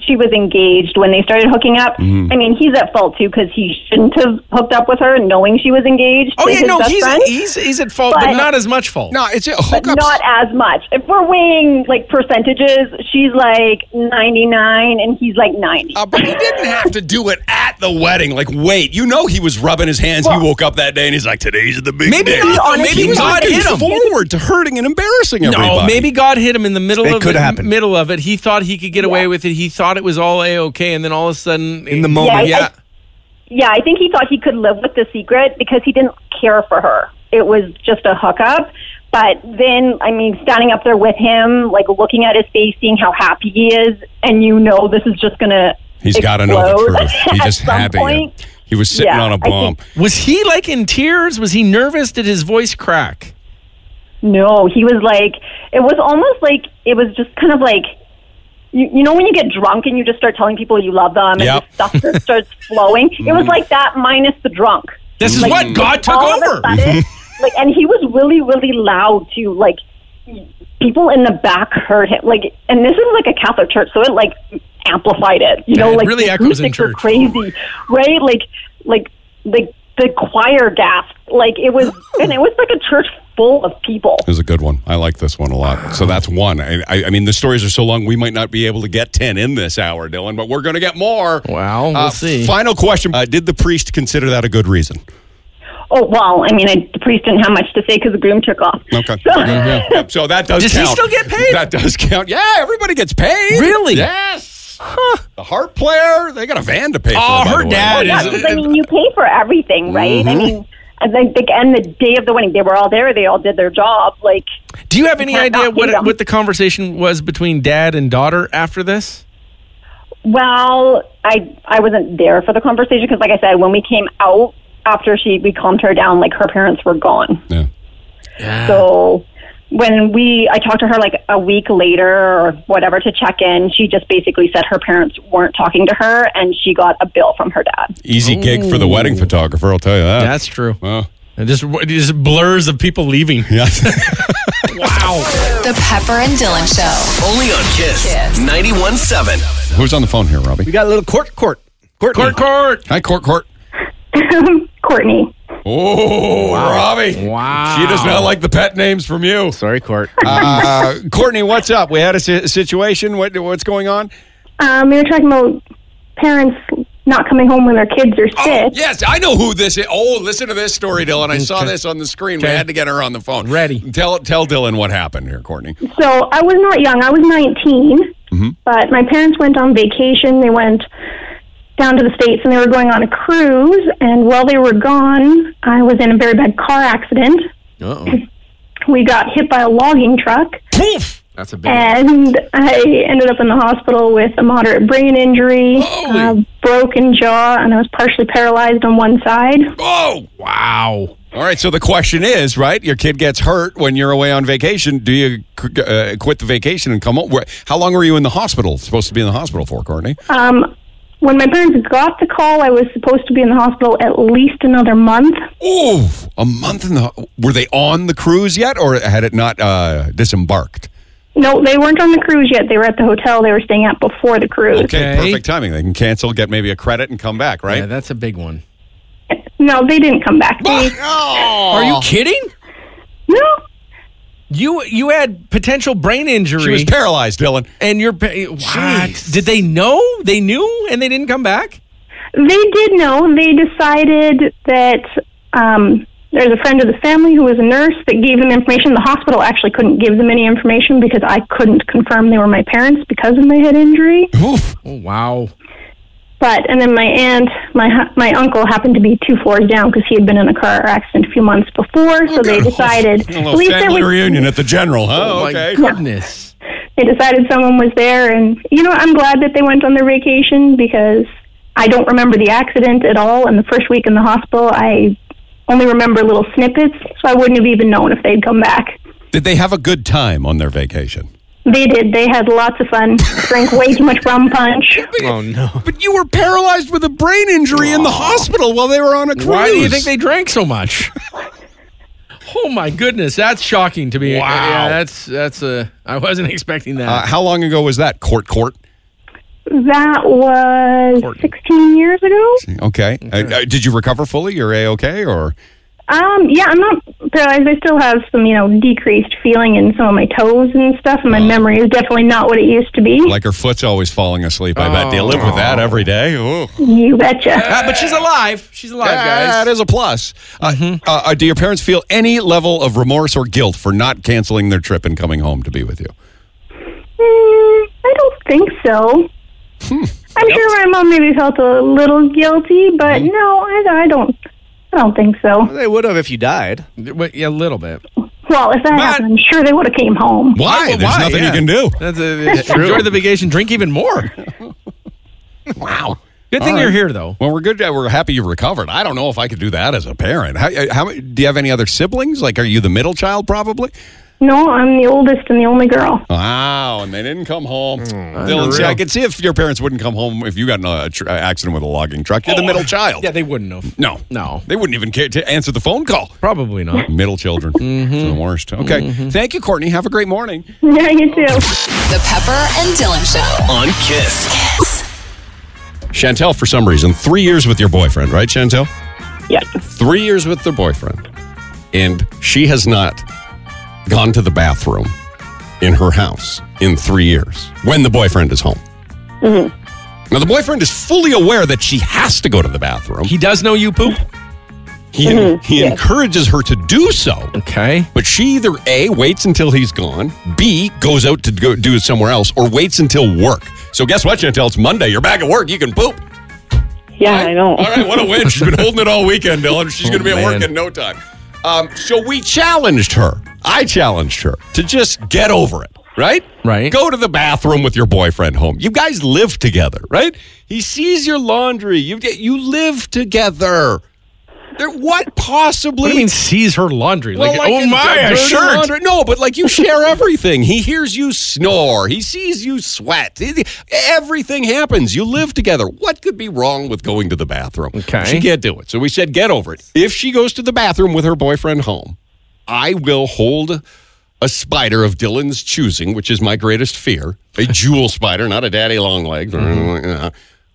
Speaker 4: she was engaged when they started hooking up.
Speaker 3: Mm-hmm.
Speaker 4: I mean, he's at fault too because he shouldn't have hooked up with her knowing she was engaged.
Speaker 5: Oh
Speaker 4: to
Speaker 5: yeah,
Speaker 4: his
Speaker 5: no,
Speaker 4: best
Speaker 5: he's,
Speaker 4: friend
Speaker 5: he's he's at fault, but,
Speaker 4: But-
Speaker 5: not as much fault.
Speaker 3: No, it's a
Speaker 4: but
Speaker 3: hookups.
Speaker 4: not as much. If we're weighing like percentages, she's like 99 and he's like 90.
Speaker 3: Uh, but he didn't have to do it at the wedding. Like, wait, you know he was rubbing his hands.
Speaker 4: Well-
Speaker 3: he woke up that day and he's like, "Today's the big
Speaker 5: Maybe
Speaker 3: day."
Speaker 5: not, or maybe
Speaker 3: he was
Speaker 5: God
Speaker 3: looking
Speaker 5: hit him.
Speaker 3: forward to hurting and embarrassing everybody.
Speaker 5: No, maybe God hit him in the middle
Speaker 6: It
Speaker 5: of
Speaker 6: could
Speaker 5: it,
Speaker 6: happen.
Speaker 5: middle of it. He thought he could get away with it. He thought it was all a okay, and then all of a sudden,
Speaker 6: In the
Speaker 3: Oh,
Speaker 6: moment.
Speaker 4: I- I-
Speaker 5: yeah.
Speaker 4: Yeah, I think he thought he could live with the secret because he didn't care for her. It was just a hookup. But then, I mean, standing up there with him, like looking at his face, seeing how happy he is, and you know this is just going to.
Speaker 3: he's got to
Speaker 4: to
Speaker 3: know the
Speaker 4: [LAUGHS]
Speaker 3: truth. He just
Speaker 4: at some
Speaker 3: had to.
Speaker 4: point.
Speaker 3: He was sitting
Speaker 4: Yeah,
Speaker 3: on
Speaker 4: I
Speaker 3: a
Speaker 4: think-
Speaker 3: bomb.
Speaker 5: Was he like in tears? Was he nervous? Did his voice crack?
Speaker 4: No, he was like, it was almost like, it was just kind of like, you, you know when you get drunk and you just start telling people you love them and
Speaker 3: Yep. Mm-hmm.
Speaker 4: the stuff just starts
Speaker 3: [LAUGHS]
Speaker 4: flowing? It was like that minus the drunk.
Speaker 5: This is what
Speaker 3: Mm.
Speaker 5: God took
Speaker 4: all
Speaker 5: over.
Speaker 4: Of a sudden, like, and he was really, really loud too. Like, people in the back heard him. Like, and this is like a Catholic church, so it like amplified it. You know,
Speaker 5: Yeah, it
Speaker 4: like
Speaker 5: really
Speaker 4: the
Speaker 5: echoes in
Speaker 4: acoustics were
Speaker 5: church.
Speaker 4: crazy, right? Like, like, like the choir gasped. Like it was, and it was like a church full of people.
Speaker 3: It was a good one. I like this one a lot. So that's one. I, I, I mean, the stories are so long, we might not be able to get 10 in this hour, Dylan, but we're going to get more.
Speaker 5: Wow, we'll
Speaker 3: Uh,
Speaker 5: see.
Speaker 3: Final question uh, Did the priest consider that a good reason?
Speaker 4: Oh well, I mean, I, the priest didn't have much to say because the groom took off.
Speaker 3: Okay. [LAUGHS]
Speaker 4: So-
Speaker 3: Yep, so that does
Speaker 5: Does he
Speaker 3: count.
Speaker 5: still get paid?
Speaker 3: That does count. Yeah, everybody gets paid.
Speaker 5: Really?
Speaker 3: Yes. The harp player, they got a van to pay for.
Speaker 5: Oh,
Speaker 3: by
Speaker 5: her
Speaker 3: the way.
Speaker 5: dad
Speaker 4: Yeah,
Speaker 5: is- Mm-hmm.
Speaker 4: because, [LAUGHS] I mean, you pay for everything, right? I mean, and then the, and the day of the wedding, they were all there. They all did their job. Like,
Speaker 5: Do you have any
Speaker 3: [LAUGHS]
Speaker 4: Yeah,
Speaker 5: idea
Speaker 4: not
Speaker 5: what
Speaker 4: kingdom.
Speaker 5: what the conversation was between dad and daughter after this?
Speaker 4: well, I I wasn't there for the conversation because, like I said, when we came out after she we calmed her down, like her parents were gone.
Speaker 3: Yeah.
Speaker 4: So when we I talked to her like a week later or whatever to check in, she just basically said her parents weren't talking to her, and she got a bill from her dad.
Speaker 3: Easy gig for the wedding photographer, I'll tell you that.
Speaker 5: That's true.
Speaker 3: Well,
Speaker 5: And just just blurs of people leaving.
Speaker 3: yeah. [LAUGHS]
Speaker 2: The Pepper and Dylan Show.
Speaker 1: Only on Kiss.
Speaker 2: Kiss.
Speaker 1: 91.7.
Speaker 3: Who's on the phone here, Robbie?
Speaker 6: We got a little court, court, court,
Speaker 5: Court, court.
Speaker 3: Hi, Court Court.
Speaker 8: [LAUGHS]
Speaker 4: Courtney.
Speaker 3: Oh, Robbie.
Speaker 5: Wow.
Speaker 3: She does not like the pet names from you.
Speaker 6: Sorry, court. [LAUGHS] Oh,
Speaker 3: Uh, Courtney, what's up? We had a si- situation. What, what's going on?
Speaker 8: Um, we were talking about parents not coming home when their kids
Speaker 5: Oh,
Speaker 8: are sick.
Speaker 3: Oh, yes, I know who this is. Oh, listen to this story, Dylan. I saw this on the screen. We
Speaker 5: Okay.
Speaker 3: had to get her on the phone.
Speaker 5: Ready.
Speaker 3: Tell tell Dylan what happened here, Courtney.
Speaker 8: So I
Speaker 5: Mm-hmm.
Speaker 8: was not young. I was 19, but my parents went on vacation. They went down to the States and they were going on a cruise. And while they were gone, I was in a very bad car accident.
Speaker 5: Uh-oh.
Speaker 8: [LAUGHS] We got hit by a logging truck.
Speaker 5: That's a big
Speaker 8: And I ended up in the hospital with a moderate brain injury, uh, broken jaw, and I was partially paralyzed on one side.
Speaker 3: Oh, wow. All right, so the question is, right? Your kid gets hurt when you're away on vacation. Do you uh, quit the vacation and come home? Where- How long were you in the hospital? Supposed to be in the hospital for, Courtney?
Speaker 8: Um, when my parents got the call, I was supposed to be in the hospital at least another month.
Speaker 3: Ooh, a month in the. Were they on the cruise yet, or had it not uh, disembarked?
Speaker 8: No, they weren't on the cruise yet. They were at the hotel they were staying at before the cruise.
Speaker 3: Okay,
Speaker 5: Okay.
Speaker 3: perfect timing. They can cancel, get maybe a credit, and come back,
Speaker 5: Yeah,
Speaker 3: right?
Speaker 5: that's a big one.
Speaker 8: No, they didn't come back. They,
Speaker 3: [LAUGHS] Oh!
Speaker 5: Are you kidding?
Speaker 8: no,
Speaker 5: You you had potential brain
Speaker 3: She
Speaker 5: injury
Speaker 3: was paralyzed, Dylan.
Speaker 5: and you're pa- what? Did they know? They knew and they didn't come back?
Speaker 8: They did know. They decided that um, there's a friend of the family who was a nurse that gave them information. The hospital actually couldn't give them any information because I couldn't confirm they were my parents because of my head injury.
Speaker 3: Oof.
Speaker 5: Oh wow.
Speaker 8: But and then my aunt, my hu- my uncle happened to be two floors down because he had been in a car accident a few months before. So they
Speaker 3: [LAUGHS]
Speaker 8: decided
Speaker 3: A
Speaker 8: at
Speaker 3: little
Speaker 8: least there
Speaker 3: family
Speaker 8: was
Speaker 3: reunion at the general, huh?
Speaker 5: Oh
Speaker 3: okay.
Speaker 5: my goodness.
Speaker 8: they decided someone was there and you know i'm glad that they went on their vacation because i don't remember the accident at all and the first week in the hospital i only remember little snippets so i wouldn't have even known if they'd come back
Speaker 3: Did they have a good time on their vacation?
Speaker 8: they did they had lots of fun drank way too much rum
Speaker 3: [LAUGHS]
Speaker 8: punch
Speaker 6: Oh no!
Speaker 3: But you were paralyzed with a brain injury in the hospital while they were on a cruise.
Speaker 5: Why do you think they drank so much? [LAUGHS] oh my goodness, that's shocking to me.
Speaker 3: Wow.
Speaker 5: Yeah, that's that's uh, I wasn't [LAUGHS] expecting that.
Speaker 3: Uh, how long ago was that? Court, court.
Speaker 8: that was 16 years ago
Speaker 3: Okay. Uh, uh, did you recover fully? You're a okay, or
Speaker 8: um yeah i'm not paralyzed i still have some you know decreased feeling in some of my toes and stuff and my memory is definitely not what it used to be
Speaker 3: like her foot's always falling asleep? I bet. Do you live with that every day? Ooh.
Speaker 8: you
Speaker 3: [LAUGHS]
Speaker 8: betcha
Speaker 3: Uh,
Speaker 5: Ah, but she's alive. She's alive,
Speaker 3: That
Speaker 5: guys.
Speaker 3: is a plus. Uh, uh, uh, do your parents feel any level of remorse or guilt for not canceling their trip and coming home to be with you?
Speaker 8: Mm, I don't think so. I'm sure my mom maybe felt a little guilty, but no, I, I don't. I don't think so.
Speaker 6: They would have if you died.
Speaker 5: Wait, yeah, a little bit. Oh,
Speaker 8: Well, if that happened, I'm sure they would have came home.
Speaker 3: Why? There's
Speaker 5: why?
Speaker 3: nothing
Speaker 5: Yeah.
Speaker 3: you can do.
Speaker 5: That's
Speaker 3: [LAUGHS]
Speaker 5: a, Enjoy the vacation. Drink even more.
Speaker 3: Wow.
Speaker 5: Good thing
Speaker 3: All
Speaker 5: you're
Speaker 3: right.
Speaker 5: here, though.
Speaker 3: Well, we're good. uh, We're happy you recovered. I don't know if I could do that as a parent. How, uh, how do you have any other siblings? Like, are you the middle child? Probably.
Speaker 8: No, I'm the oldest and the only girl. [LAUGHS]
Speaker 3: Wow, and they didn't come home.
Speaker 5: Hmm.
Speaker 3: Dylan, see,
Speaker 5: unreal.
Speaker 3: I could see if your parents wouldn't come home if you got in a tr- uh, accident with a logging truck. You're the middle child.
Speaker 5: Oh, Yeah, they wouldn't have.
Speaker 3: no,
Speaker 5: No.
Speaker 3: they wouldn't even care to answer the phone call.
Speaker 5: Probably not.
Speaker 3: Middle children,
Speaker 5: Mm-hmm.
Speaker 3: It's the worst. Okay, thank you, Courtney. Have a great morning.
Speaker 8: Yeah, you too.
Speaker 2: The Pepper and Dylan Show.
Speaker 1: On Kiss.
Speaker 3: Chantel, for some reason, three years with your boyfriend, right, Chantel?
Speaker 7: Yeah.
Speaker 3: Three years with their boyfriend, and she has not gone to the bathroom in her house in three years when the boyfriend is home. Now, the boyfriend is fully aware that she has to go to the bathroom.
Speaker 5: He does know you poop.
Speaker 3: He, he encourages her to do so,
Speaker 5: Okay.
Speaker 3: but she either A, waits until he's gone, B, goes out to go do it somewhere else, or waits until work. So, guess what, Chantel? It's Monday. You're back at work. You can poop.
Speaker 7: Yeah, I know.
Speaker 3: All right, what a win. She's
Speaker 5: [LAUGHS]
Speaker 3: been holding it all weekend, Dylan. She's
Speaker 5: Oh,
Speaker 3: going to be at work
Speaker 5: man.
Speaker 3: in no time. Um, so we challenged her. I challenged her to just get over it, right?
Speaker 5: Right.
Speaker 3: Go to the bathroom with your boyfriend home. You guys live together, right? He sees your laundry. You get you live together. There, what possibly?
Speaker 5: What do you mean sees her laundry?
Speaker 3: Well,
Speaker 5: like,
Speaker 3: like
Speaker 5: oh
Speaker 3: in
Speaker 5: my,
Speaker 3: dirty
Speaker 5: a shirt.
Speaker 3: laundry- No, but like you share everything. he hears you snore. He sees you sweat. He- Everything happens. You live together. What could be wrong with going to the bathroom?
Speaker 5: Okay.
Speaker 3: She can't do it. So we said, get over it. If she goes to the bathroom with her boyfriend home, I will hold a spider of Dylan's choosing, which is my greatest fear, a jewel spider, not a daddy long legs,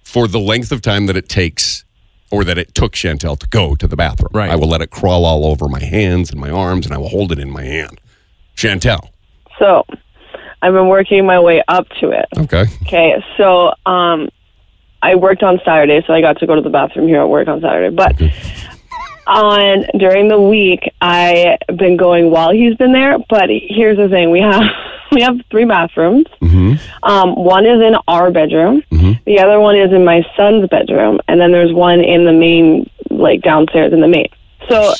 Speaker 3: for the length of time that it takes or that it took Chantel to go to the bathroom.
Speaker 5: Right.
Speaker 3: I will let it crawl all over my hands and my arms, and I will hold it in my hand. Chantel.
Speaker 7: So I've been working my way up to it.
Speaker 3: Okay.
Speaker 7: Okay, so um, I worked on Saturday, so I got to go to the bathroom here at work on Saturday. But on during the week, I've been going while he's been there. But here's the thing: we have
Speaker 4: we have [LAUGHS] three bathrooms. Um, one is in our bedroom. The other one is in my son's bedroom, and then there's one in the main, like downstairs in the main. So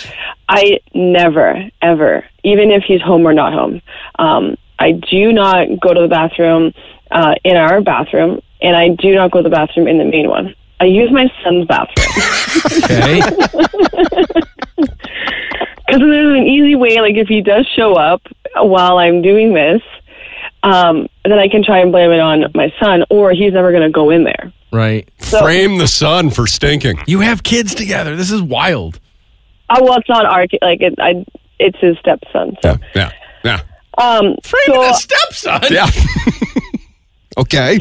Speaker 4: I never, ever, even if he's home or not home, um, I do not go to the bathroom uh, in our bathroom, and I do not go to the bathroom in the main one. I use my son's bathroom.
Speaker 3: [LAUGHS]
Speaker 5: Okay.
Speaker 4: Because there's an easy way, like if he does show up while I'm doing this, um, then I can try and blame it on my son, or he's never going to go in there.
Speaker 5: right.
Speaker 3: Frame the son for stinking.
Speaker 5: You have kids together. This is wild.
Speaker 4: Oh well, it's not our ki- like it, I, it's his stepson. So,
Speaker 3: Yeah, yeah, yeah,
Speaker 4: um, so,
Speaker 5: stepson.
Speaker 3: yeah. okay.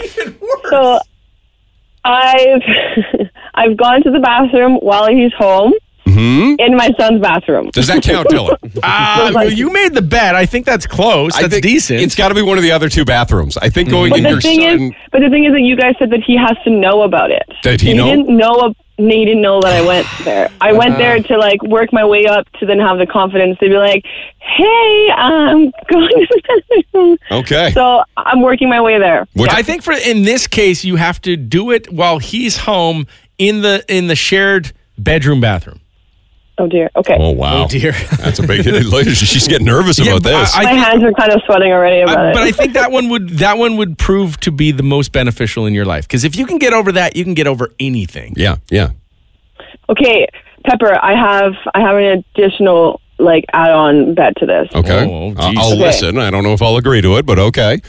Speaker 4: so I've [LAUGHS] I've gone to the bathroom while he's home in my son's bathroom.
Speaker 3: Mm-hmm. Does that count, Dylan?
Speaker 5: Uh, well, you made the bet. I think that's close.
Speaker 3: I
Speaker 5: That's
Speaker 3: think
Speaker 5: decent.
Speaker 3: It's got to be one of the other two bathrooms. I think going
Speaker 4: But
Speaker 3: in
Speaker 4: Mhm. the
Speaker 3: your
Speaker 4: thing
Speaker 3: son.
Speaker 4: is, but the thing is that you guys said that he has to know about it.
Speaker 3: Did he
Speaker 4: And
Speaker 3: know?
Speaker 4: didn't know. ab- no, he didn't know that I went there.
Speaker 3: [SIGHS]
Speaker 4: I went
Speaker 3: Uh-huh.
Speaker 4: there to like work my way up to then have the confidence to be like, "Hey, I'm [LAUGHS] going to the bathroom."
Speaker 3: Okay.
Speaker 4: So I'm working my way there.
Speaker 3: What-
Speaker 5: I think for in this case you have to do it while he's home in the in the shared bedroom bathroom.
Speaker 4: Oh dear. Okay.
Speaker 3: Oh wow,
Speaker 6: dear.
Speaker 3: that's a big. She's getting nervous
Speaker 5: [LAUGHS] Yeah,
Speaker 3: about
Speaker 5: but I-
Speaker 3: this.
Speaker 5: I
Speaker 4: my
Speaker 5: think-
Speaker 4: hands are kind of sweating already about
Speaker 5: I-
Speaker 4: it.
Speaker 5: but I think that one would that one would prove to be the most beneficial in your life because if you can get over that, you can get over anything.
Speaker 3: yeah, yeah.
Speaker 4: okay, Pepper, I have I have an additional like add-on bet to this.
Speaker 3: Okay.
Speaker 5: Oh,
Speaker 3: I-
Speaker 5: geez.
Speaker 3: I'll
Speaker 5: Okay.
Speaker 3: listen. I don't know if I'll agree to it, but okay.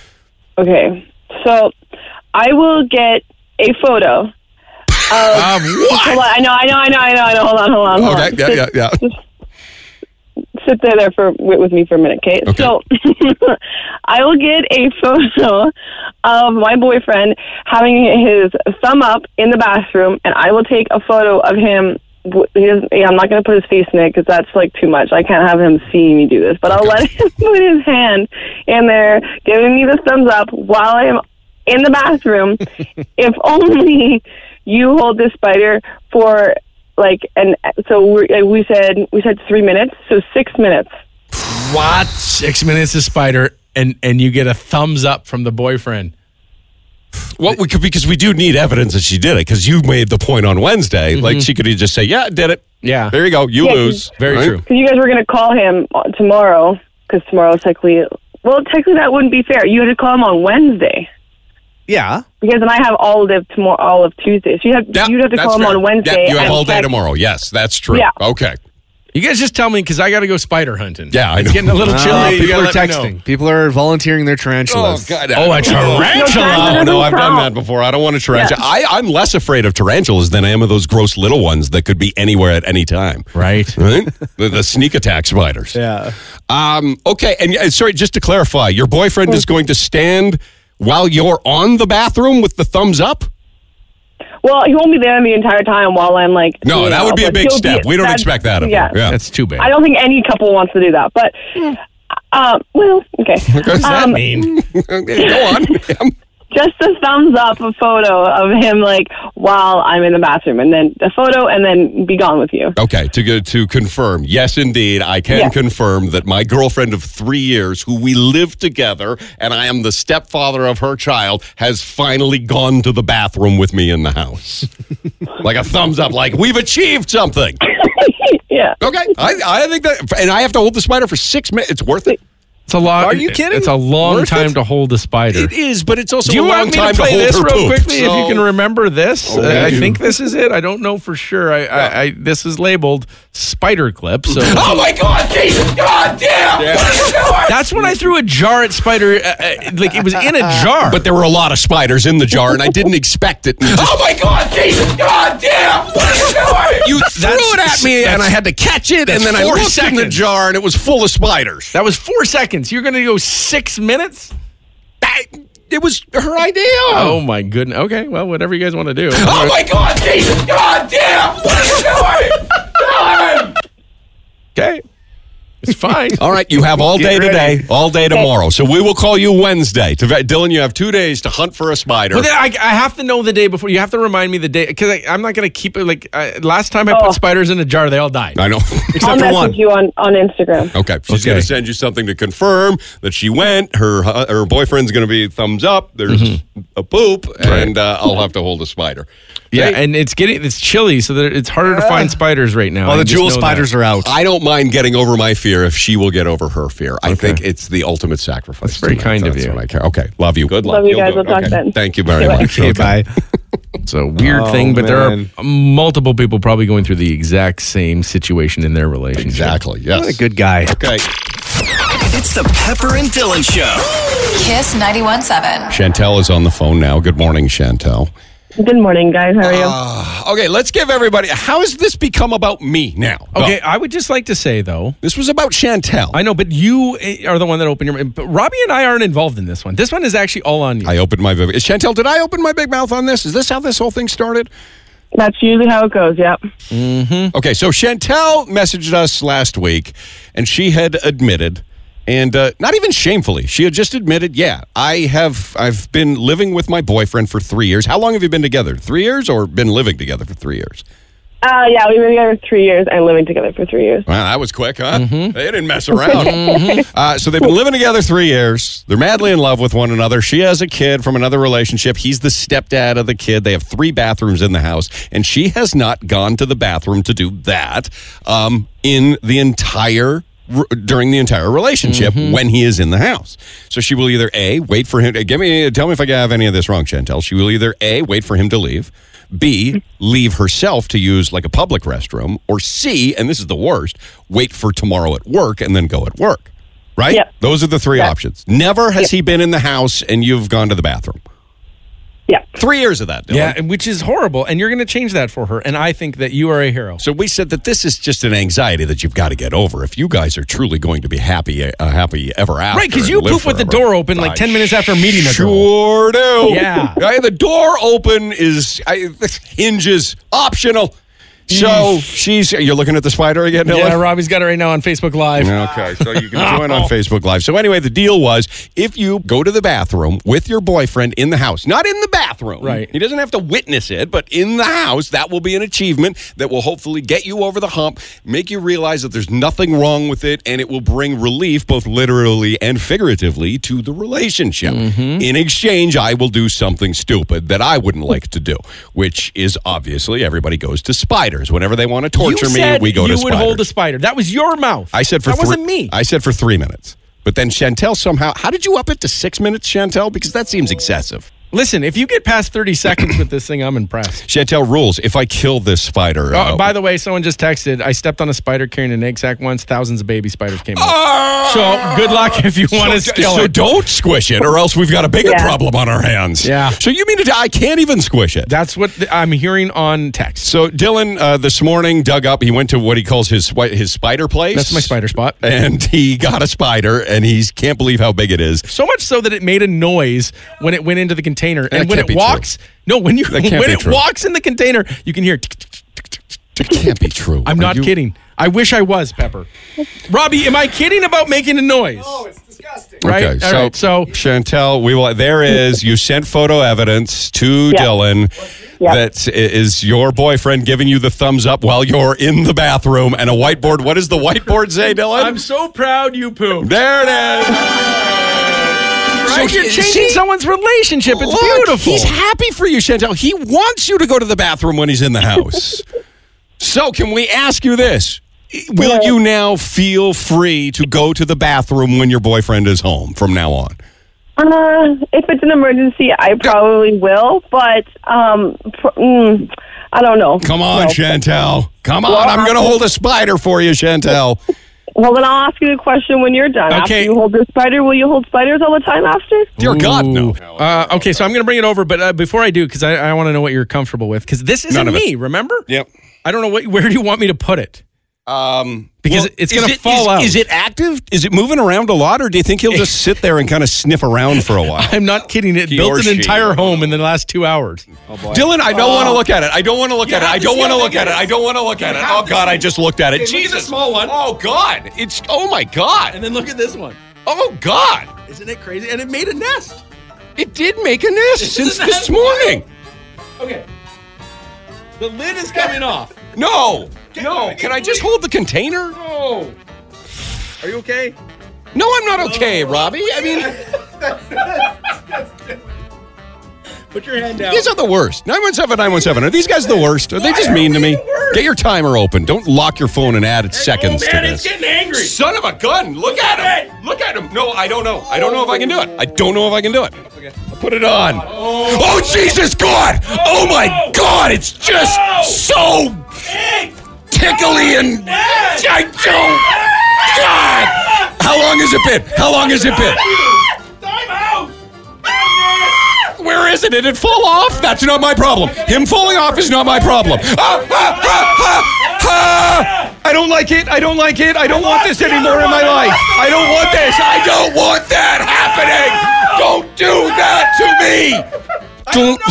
Speaker 4: Okay. So I will get a photo. Of, Hold on. I know, I know, I know, I know, I know. Hold on, hold on, hold
Speaker 3: Okay.
Speaker 4: on.
Speaker 3: Yeah,
Speaker 4: Sit-
Speaker 3: yeah, yeah.
Speaker 4: [LAUGHS] Sit there, there for with with me for a minute, Kate.
Speaker 3: Okay.
Speaker 4: So [LAUGHS] I will get a photo of my boyfriend having his thumb up in the bathroom, and I will take a photo of him. w- His, yeah, I'm not going to put his face in it because that's like too much. I can't have him see me do this, but I'll let him [LAUGHS] put his hand in there, giving me the thumbs up while I'm in the bathroom. if only you hold this spider for like an so we like we said we said three minutes, so six minutes.
Speaker 5: What? Six minutes to spider, and and you get a thumbs up from the boyfriend.
Speaker 3: Well, we could, because we do need evidence that she did it. Because you made the point on Wednesday, like she could have just say, "Yeah, I did it."
Speaker 5: Mm-hmm. Yeah.
Speaker 3: There you go. You
Speaker 4: Yeah,
Speaker 3: lose.
Speaker 5: Very
Speaker 3: Right?
Speaker 5: true.
Speaker 4: Because you guys were going to call him uh, tomorrow, because tomorrow's technically, well, technically that wouldn't be fair. You had to call him on Wednesday,
Speaker 6: Yeah.
Speaker 4: because then I have all of tomorrow, all of Tuesday. So you have
Speaker 3: Yeah,
Speaker 4: you'd have to
Speaker 3: that's
Speaker 4: call him
Speaker 3: fair.
Speaker 4: on Wednesday.
Speaker 3: Yeah, you have
Speaker 4: and
Speaker 3: all day
Speaker 4: check-
Speaker 3: tomorrow. Yes, that's true.
Speaker 4: Yeah.
Speaker 3: Okay.
Speaker 5: You guys just tell me because I got to go spider hunting.
Speaker 3: Yeah, I
Speaker 5: it's
Speaker 3: know.
Speaker 5: getting a little
Speaker 6: Uh,
Speaker 5: chilly. You
Speaker 6: people
Speaker 5: gotta
Speaker 6: are
Speaker 3: [LAUGHS]
Speaker 5: let me know.
Speaker 6: texting. People are volunteering their tarantulas.
Speaker 5: Oh, a tarantula.
Speaker 3: Oh, no, I've done
Speaker 4: count.
Speaker 3: that before. I don't want a tarantula. I, I'm less afraid of tarantulas than I am of those gross little ones that could be anywhere at any time.
Speaker 5: Right.
Speaker 3: Right? the, the sneak attack spiders.
Speaker 6: Yeah.
Speaker 3: Um, okay. And uh, sorry, just to clarify, your boyfriend is going to stand while you're on the bathroom with the thumbs up?
Speaker 4: Well, he won't be there the entire time while I'm like.
Speaker 3: No,
Speaker 4: you
Speaker 3: that
Speaker 4: know,
Speaker 3: would be a
Speaker 4: but
Speaker 3: big
Speaker 4: he'll
Speaker 3: step. we don't
Speaker 4: that's-
Speaker 3: expect that of
Speaker 4: yeah.
Speaker 3: you. Yeah.
Speaker 5: That's too bad.
Speaker 4: I don't think any couple wants to do that, but. Um, well,
Speaker 3: [LAUGHS]
Speaker 4: okay.
Speaker 3: does that
Speaker 4: um,
Speaker 5: mean?
Speaker 3: [LAUGHS] Go on.
Speaker 4: [LAUGHS] just a thumbs up a photo of him like while I'm in the bathroom and then a photo and then be gone with you.
Speaker 3: Okay, to go, to confirm, yes, indeed, I can
Speaker 4: Yeah.
Speaker 3: confirm that my girlfriend of three years, who we live together, and I am the stepfather of her child, has finally gone to the bathroom with me in the house. like a thumbs up, like we've achieved something.
Speaker 4: yeah.
Speaker 3: Okay, I, I think that, and I have to hold the spider for six minutes. It's worth it.
Speaker 5: It's a long.
Speaker 6: Are you kidding?
Speaker 5: It's a long
Speaker 6: Worth
Speaker 5: time
Speaker 6: it?
Speaker 5: to hold a spider.
Speaker 3: It is, but it's also
Speaker 5: Do you
Speaker 3: a long
Speaker 5: want me
Speaker 3: time
Speaker 5: to play
Speaker 3: hold
Speaker 5: this
Speaker 3: her
Speaker 5: real
Speaker 3: poop.
Speaker 5: quickly
Speaker 3: So-
Speaker 5: if you can remember this?
Speaker 3: Oh,
Speaker 5: Uh, I, I
Speaker 3: you-
Speaker 5: think this is it. I don't know for sure. I, I, I this is labeled spider clip. So
Speaker 3: [LAUGHS] Oh my God, Jesus, God damn!
Speaker 5: that's when I threw a jar at spider. Uh, uh, like it was in a jar.
Speaker 3: But there were a lot of spiders in the jar, and I didn't expect it. [LAUGHS] oh my God, Jesus, God damn! What are you doing? You threw it
Speaker 5: That's-
Speaker 3: at me, and
Speaker 5: that's-
Speaker 3: I had to catch it, and
Speaker 5: that's
Speaker 3: then I
Speaker 5: four
Speaker 3: looked in the
Speaker 5: seconds.
Speaker 3: jar, and it was full of spiders.
Speaker 5: that was four seconds. You're gonna go six minutes.
Speaker 3: That- it was her idea.
Speaker 5: Oh my goodness. Okay. Well, whatever you guys want
Speaker 3: [GASPS]
Speaker 5: to do.
Speaker 3: Oh my God, Jesus, God damn! What are you doing?
Speaker 5: Okay. It's
Speaker 3: [LAUGHS]
Speaker 5: It's fine.
Speaker 3: All right, you have all
Speaker 5: Get
Speaker 3: day
Speaker 5: ready.
Speaker 3: today, all day tomorrow. So we will call you Wednesday. To, Dylan, you have two days to hunt for a spider.
Speaker 5: Well, then I, I have to know the day before. You have to remind me the day because I'm not going to keep it. Like I, last time I
Speaker 7: Oh.
Speaker 5: put spiders in a jar, they all died.
Speaker 3: I know. [LAUGHS]
Speaker 7: I'll
Speaker 6: [LAUGHS] Except for
Speaker 7: message
Speaker 6: one.
Speaker 7: you on, on Instagram.
Speaker 3: Okay, she's
Speaker 5: Okay.
Speaker 3: going to send you something to confirm that she went. Her hu- her boyfriend's going to be thumbs up. There's a poop, and uh, I'll have to hold a spider.
Speaker 5: Yeah,
Speaker 3: Hey,
Speaker 5: and it's getting it's chilly, so that it's harder to find spiders right now.
Speaker 6: Well,
Speaker 5: I
Speaker 6: the
Speaker 5: just
Speaker 6: jewel
Speaker 5: know that.
Speaker 6: spiders are out.
Speaker 3: I don't mind getting over my fear if she will get over her fear. I think it's the ultimate sacrifice.
Speaker 5: That's very
Speaker 3: tonight.
Speaker 5: kind of
Speaker 3: That's
Speaker 5: you.
Speaker 3: what I care. Okay, love you. Good luck.
Speaker 7: Love you
Speaker 3: You'll
Speaker 7: guys.
Speaker 3: do it.
Speaker 7: We'll talk
Speaker 3: Okay.
Speaker 7: then.
Speaker 3: Thank you very
Speaker 7: Bye.
Speaker 3: much.
Speaker 6: [LAUGHS] Okay, bye.
Speaker 5: It's a weird
Speaker 6: Oh,
Speaker 5: thing, but
Speaker 6: man.
Speaker 5: there are multiple people probably going through the exact same situation in their relationship.
Speaker 3: Exactly. Yes.
Speaker 6: What a good guy.
Speaker 3: Okay.
Speaker 1: It's the Pepper and Dylan Show.
Speaker 2: Kiss 91.7.
Speaker 3: Chantel is on the phone now. Good morning, Chantel.
Speaker 7: Good morning, guys. How are you?
Speaker 3: Uh, Okay, let's give everybody. How has this become about me now? Well,
Speaker 5: Okay, I would just like to say though,
Speaker 3: this was about Chantel.
Speaker 5: I know, but you eh, are the one that opened your. But Robbie and I aren't involved in this one. This one is actually all on you.
Speaker 3: I opened my Viv- Chantel. Did I open my big mouth on this? Is this how this whole thing started?
Speaker 7: That's usually how it goes. Yep.
Speaker 3: Okay, so Chantel messaged us last week, and she had admitted, and uh, not even shamefully, she had just admitted, yeah, I have, I've been living with my boyfriend for three years. How long have you been together? Three years, or been living together for three years?
Speaker 7: Uh, yeah, we've been together three years and living together for three years.
Speaker 3: Wow, that was quick, huh? They didn't mess around. uh, so they've been living together three years. They're madly in love with one another. She has a kid from another relationship. He's the stepdad of the kid. They have three bathrooms in the house, and she has not gone to the bathroom to do that um, in the entire r- during the entire relationship when he is in the house. So she will either a wait for him. Give me tell me if I have any of this wrong, Chantel. She will either a wait for him to leave, b leave herself to use like a public restroom, or c and this is the worst wait for tomorrow at work and then go at work. Right?
Speaker 7: Yep.
Speaker 3: Those are the three options. Never has he been in the house and you've gone to the bathroom.
Speaker 7: Yeah.
Speaker 3: Three years of that. Dylan.
Speaker 5: yeah, and which is horrible, and you're going to change that for her. And I think that you are a hero.
Speaker 3: So we said that this is just an anxiety that you've got to get over if you guys are truly going to be happy, uh, happy ever after.
Speaker 5: Right, 'cause
Speaker 3: and
Speaker 5: you
Speaker 3: live
Speaker 5: poop with the
Speaker 3: forever.
Speaker 5: door open, like, 10 minutes after meeting a girl.
Speaker 3: Sure do.
Speaker 5: Yeah.
Speaker 3: I- the door open is I, [LAUGHS] hinges optional. So she's. You're looking at the spider again, Dylan?
Speaker 5: Yeah, Robbie's got it right now on Facebook Live.
Speaker 3: Okay, so you
Speaker 5: [LAUGHS]
Speaker 3: can join on Facebook Live. So anyway, the deal was if you go to the bathroom with your boyfriend in the house, not in the bathroom,
Speaker 5: Right.
Speaker 3: He doesn't have to witness it, but in the house, that will be an achievement that will hopefully get you over the hump, make you realize that there's nothing wrong with it, and it will bring relief both literally and figuratively to the relationship.
Speaker 5: Mm-hmm.
Speaker 3: In exchange, I will do something stupid that I wouldn't like to do, which is obviously everybody goes to spiders whenever they want to
Speaker 5: You
Speaker 3: torture me.
Speaker 5: said
Speaker 3: We go
Speaker 5: you
Speaker 3: to
Speaker 5: would
Speaker 3: spiders.
Speaker 5: hold a spider. That was your mouth.
Speaker 3: I said for
Speaker 5: that
Speaker 3: three,
Speaker 5: wasn't me.
Speaker 3: I said for three minutes, but then Chantel somehow. How did you up it to six minutes, Chantel? Because that seems excessive.
Speaker 5: Listen, if you get past 30 seconds with this thing, I'm impressed.
Speaker 3: Chantel rules. If I kill this uh, spider,
Speaker 5: Oh, by the way, someone just texted. I stepped on a spider carrying an egg sack once. Thousands of baby spiders came out. So good luck if you want
Speaker 3: Oh.
Speaker 5: to
Speaker 3: Ah! so,
Speaker 5: steal
Speaker 3: so
Speaker 5: it.
Speaker 3: don't squish it, or else we've got a bigger
Speaker 7: Yeah.
Speaker 3: problem on our hands.
Speaker 5: Yeah.
Speaker 3: So you mean to? tell- I can't even squish it.
Speaker 5: That's what th- I'm hearing on text.
Speaker 3: so Dylan uh, this morning dug up. He went to what he calls his swi- his spider place.
Speaker 5: That's my spider spot.
Speaker 3: And he got a spider, and he can't believe how big it is.
Speaker 5: So much so that it made a noise when it went into the container, and when
Speaker 3: can't be
Speaker 5: it walks, no, when you when
Speaker 3: can't be
Speaker 5: it
Speaker 3: true.
Speaker 5: walks in the container, you can hear. tick, tick, tick.
Speaker 3: It can't be true.
Speaker 5: I'm
Speaker 3: Are
Speaker 5: not
Speaker 3: you-
Speaker 5: kidding. I wish I was Pepper. Robbie, am I kidding about making a noise? right?
Speaker 3: Okay,
Speaker 5: All
Speaker 3: so,
Speaker 5: right, so-
Speaker 3: Chantel, we will. There is you sent photo evidence to
Speaker 7: Yeah.
Speaker 3: Dylan
Speaker 7: Yeah.
Speaker 3: that i- is your boyfriend giving you the thumbs up while you're in the bathroom and a whiteboard. What does the whiteboard say, Dylan?
Speaker 5: I'm so proud you pooped.
Speaker 3: there it is.
Speaker 5: So you're changing someone's relationship. It's
Speaker 3: Look,
Speaker 5: beautiful.
Speaker 3: He's happy for you, Chantel. He wants you to go to the bathroom when he's in the house. so, can we ask you this? Will you now feel free to go to the bathroom when your boyfriend is home from now on?
Speaker 7: Uh, if it's an emergency, I probably will, but um, pr- mm, I don't know.
Speaker 3: Come on,
Speaker 7: No.
Speaker 3: Chantel. Come on. I'm
Speaker 7: I-
Speaker 3: going to hold a spider for you, Chantel.
Speaker 7: Well, then I'll ask you the question when you're done. After
Speaker 5: Okay.
Speaker 7: you hold the spider, will you hold spiders all the time after?
Speaker 3: Dear God, no.
Speaker 5: Uh, okay, so I'm going to bring it over, but uh, before I do, because I, I want to know what you're comfortable with, because this isn't
Speaker 3: None of it.
Speaker 5: me. Remember?
Speaker 3: Yep.
Speaker 5: I don't know what. Where do you want me to put it?
Speaker 3: Um,
Speaker 9: Because it's
Speaker 3: is
Speaker 9: gonna
Speaker 3: it-
Speaker 9: fall
Speaker 3: is-
Speaker 9: out.
Speaker 3: Is it active? Is it moving around a lot, or do you think he'll
Speaker 9: [LAUGHS]
Speaker 3: just sit there and kind of sniff around for a while?
Speaker 9: I'm not kidding. It built
Speaker 3: Kiyoshi.
Speaker 9: an entire home in the last two hours.
Speaker 3: Oh. Dylan, I don't want to look at it. I don't want to look at it.
Speaker 9: Oh. have
Speaker 3: I
Speaker 9: to
Speaker 3: don't
Speaker 9: see
Speaker 3: want to
Speaker 9: how
Speaker 3: look
Speaker 9: big
Speaker 3: at
Speaker 9: it
Speaker 3: it.
Speaker 9: is.
Speaker 3: I don't want to look at it. Oh God, I just looked at it.
Speaker 9: look at the
Speaker 3: Jesus,
Speaker 9: small one.
Speaker 3: Oh God, it's oh my
Speaker 9: And
Speaker 3: God.
Speaker 9: then look at this one.
Speaker 3: Oh God,
Speaker 9: Isn't it crazy? And it made a nest.
Speaker 3: it did make a nest
Speaker 9: Isn't
Speaker 3: since
Speaker 9: that
Speaker 3: this morning.
Speaker 9: Okay. The lid is coming off.
Speaker 3: No, no. Can I just hold the container?
Speaker 9: Oh. Are you okay?
Speaker 3: No, I'm not okay, Robbie. I mean,
Speaker 9: Put your hand down.
Speaker 3: these are the worst. 917 917. Are these guys the worst? Are they just mean to me? Get your timer open. Don't lock your phone and add seconds to this.
Speaker 9: getting angry.
Speaker 3: Son of a gun! Look at him! Look at him! No, I don't know. I don't know if I can do it. I don't know if I can do it. Put it on. Oh, Jesus God! Oh my God! It's just so tickly and I don't. God! How long has it been? How long has it been? Where is it? Did it fall off? That's not my problem. Him falling off is not my problem. Ah, ah, ah, ah, ah. I don't like it. I don't like it. I don't want this anymore in my life. I don't want this. I don't want that happening. Don't do that to me. Don't.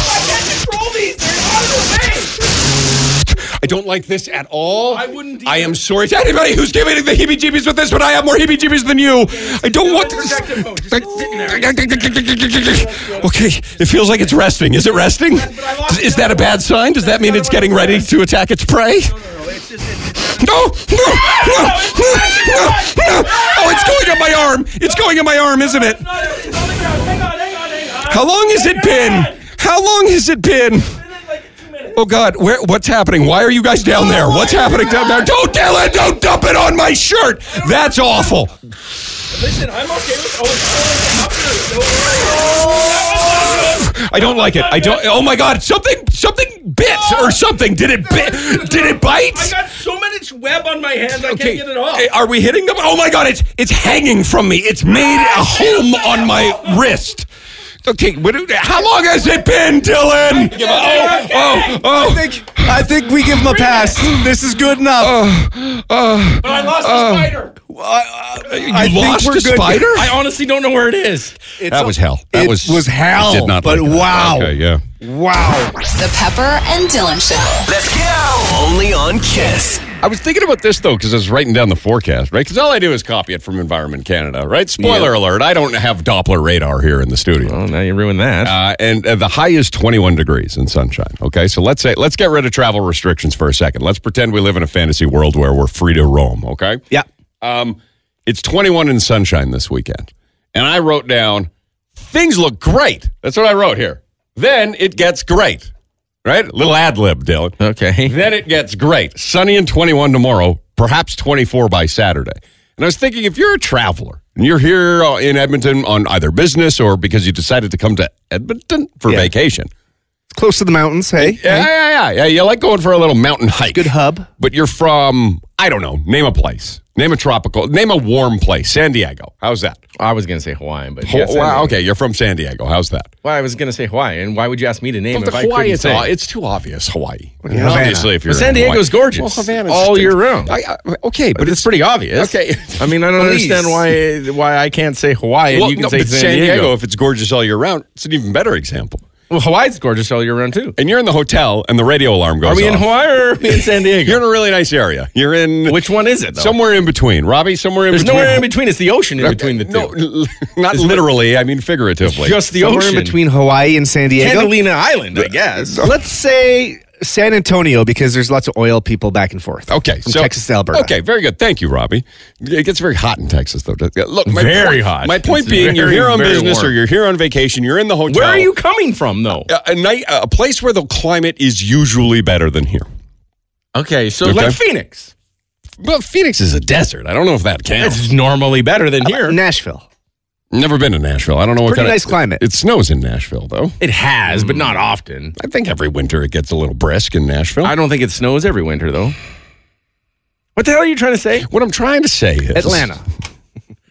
Speaker 3: I don't like this at all. I
Speaker 9: wouldn't
Speaker 3: I am sorry to anybody who's giving the heebie-jeebies with this, but I have more heebie-jeebies than you. I don't want this.
Speaker 9: protective mode. Just
Speaker 3: Okay, it feels like it's resting. Is it resting? Is that a bad sign? Does that mean it's getting ready to attack its prey? No, no, no, no, no, no. Oh, it's going up my arm. It's going up my arm, isn't it? How long has it been? How long has it been? Oh God, where what's happening? Why are you guys down there? What's happening down there? Don't Dylan, don't dump it on my shirt. That's awful.
Speaker 9: Listen, I'm okay with. Oh, it's falling
Speaker 5: Oh.
Speaker 3: I don't like it. I don't. Oh my God! Something, something bit or something. Did it bit? Did it bite?
Speaker 9: I got so much web on my hands, I can't get it off.
Speaker 3: Hey, Are we hitting them? Oh my God! It's it's hanging from me. It's made a home on my wrist. Okay, what, do- how long has it been, Dylan? Oh, oh, oh.
Speaker 6: I think, I think we give him a pass. This is good enough.
Speaker 3: Oh.
Speaker 9: but I lost the spider.
Speaker 3: You
Speaker 6: I think
Speaker 3: lost
Speaker 6: we're
Speaker 3: a
Speaker 6: good.
Speaker 3: spider?
Speaker 9: I honestly don't know where it is.
Speaker 3: that was hell. That
Speaker 6: it
Speaker 3: was
Speaker 6: was hell,
Speaker 3: I did not
Speaker 6: but
Speaker 3: like that.
Speaker 6: wow.
Speaker 3: Okay, yeah.
Speaker 6: Wow.
Speaker 2: The Pepper and Dylan Show.
Speaker 1: Let's go! Only on Kiss.
Speaker 3: I was thinking about this though, because I was writing down the forecast, right? Because all I do is copy it from Environment Canada, right? Spoiler alert: I don't have Doppler radar here in the studio.
Speaker 5: Oh, now you ruined that.
Speaker 3: Uh, and uh, the high is 21 degrees in sunshine. Okay, so let's say let's get rid of travel restrictions for a second. Let's pretend we live in a fantasy world where we're free to roam. Okay,
Speaker 6: Yeah.
Speaker 3: um, it's 21 in sunshine this weekend, and I wrote down things look great. That's what I wrote here. Then it gets great, right? Little ad lib, Dylan.
Speaker 5: okay.
Speaker 3: Then it gets great. Sunny and 21 tomorrow, perhaps 24 by Saturday. And I was thinking, if you're a traveler and you're here uh, in Edmonton on either business or because you decided to come to Edmonton for
Speaker 6: Yeah.
Speaker 3: vacation,
Speaker 6: It's close to the mountains, hey?
Speaker 3: yeah, yeah, yeah, yeah, you like going for a little mountain hike.
Speaker 6: Good hub.
Speaker 3: But you're from, I don't know, name a place. Name a tropical, name a warm place. San Diego. How's that?
Speaker 5: I was going to say Hawaiian, but
Speaker 3: Ho-
Speaker 5: yes, I
Speaker 3: wow,
Speaker 5: know.
Speaker 3: okay, you're from San Diego. How's that?
Speaker 5: Well, I was going to say Hawaii, and why would you ask me to name
Speaker 3: Well,
Speaker 5: if I
Speaker 3: Hawaii,
Speaker 5: couldn't
Speaker 3: it's,
Speaker 5: say?
Speaker 3: aw- it's too obvious, Hawaii.
Speaker 6: Havana.
Speaker 3: Obviously, if you're
Speaker 5: But San
Speaker 3: in Hawaii.
Speaker 5: Diego's gorgeous
Speaker 3: Well, Havana's
Speaker 5: all year
Speaker 3: stinks.
Speaker 5: round.
Speaker 3: I, I, okay, but
Speaker 5: but it's pretty obvious.
Speaker 3: Okay. [LAUGHS]
Speaker 5: I mean, I don't
Speaker 6: Please.
Speaker 5: understand why why I can't say Hawaii and you can
Speaker 3: no,
Speaker 5: say
Speaker 3: but
Speaker 5: San, Diego.
Speaker 3: if it's gorgeous all year round, it's an even better example.
Speaker 5: Well, Hawaii's gorgeous all year round too.
Speaker 3: And you're in the hotel, and the radio alarm goes.
Speaker 5: Are we in
Speaker 3: off.
Speaker 5: Hawaii or are we in San Diego?
Speaker 3: You're in a really nice area. [LAUGHS] You're in
Speaker 5: Which one is it? Though?
Speaker 3: somewhere in between, Robbie. Somewhere in
Speaker 5: There's
Speaker 3: between.
Speaker 5: nowhere in between. It's the ocean in between the
Speaker 3: [LAUGHS]
Speaker 5: two.
Speaker 3: No, not literally. I mean figuratively.
Speaker 5: Just the
Speaker 6: Somewhere
Speaker 5: ocean
Speaker 6: in between Hawaii and San Diego.
Speaker 5: Catalina Island, I guess.
Speaker 6: Let's say San Antonio because there's lots of oil people back and forth.
Speaker 3: Okay,
Speaker 6: From
Speaker 3: so-
Speaker 6: Texas to Alberta.
Speaker 3: Okay, very good. Thank you, Robbie. It gets very hot in Texas, though. doesn't it? Look, my
Speaker 5: Very
Speaker 3: point-
Speaker 5: hot.
Speaker 3: My point
Speaker 5: It's
Speaker 3: being, you're
Speaker 5: very,
Speaker 3: here on
Speaker 5: very
Speaker 3: business or
Speaker 5: warm.
Speaker 3: you're here on vacation. You're in the hotel.
Speaker 5: Where are you coming from, though?
Speaker 3: A, a night, a place where the climate is usually better than here.
Speaker 5: Okay, so
Speaker 3: Okay.
Speaker 5: like Phoenix.
Speaker 3: Well, Phoenix is a desert. I don't know if that counts.
Speaker 5: It's normally better than here.
Speaker 6: Nashville.
Speaker 3: Never been to Nashville. I don't know what
Speaker 6: Pretty
Speaker 3: kind
Speaker 6: nice
Speaker 3: of
Speaker 6: climate.
Speaker 3: It snows in Nashville though.
Speaker 5: It has, but not often.
Speaker 3: I think every winter it gets a little brisk in Nashville.
Speaker 5: I don't think it snows every winter, though. What the hell are you trying to say?
Speaker 3: what I'm trying to say is
Speaker 6: Atlanta.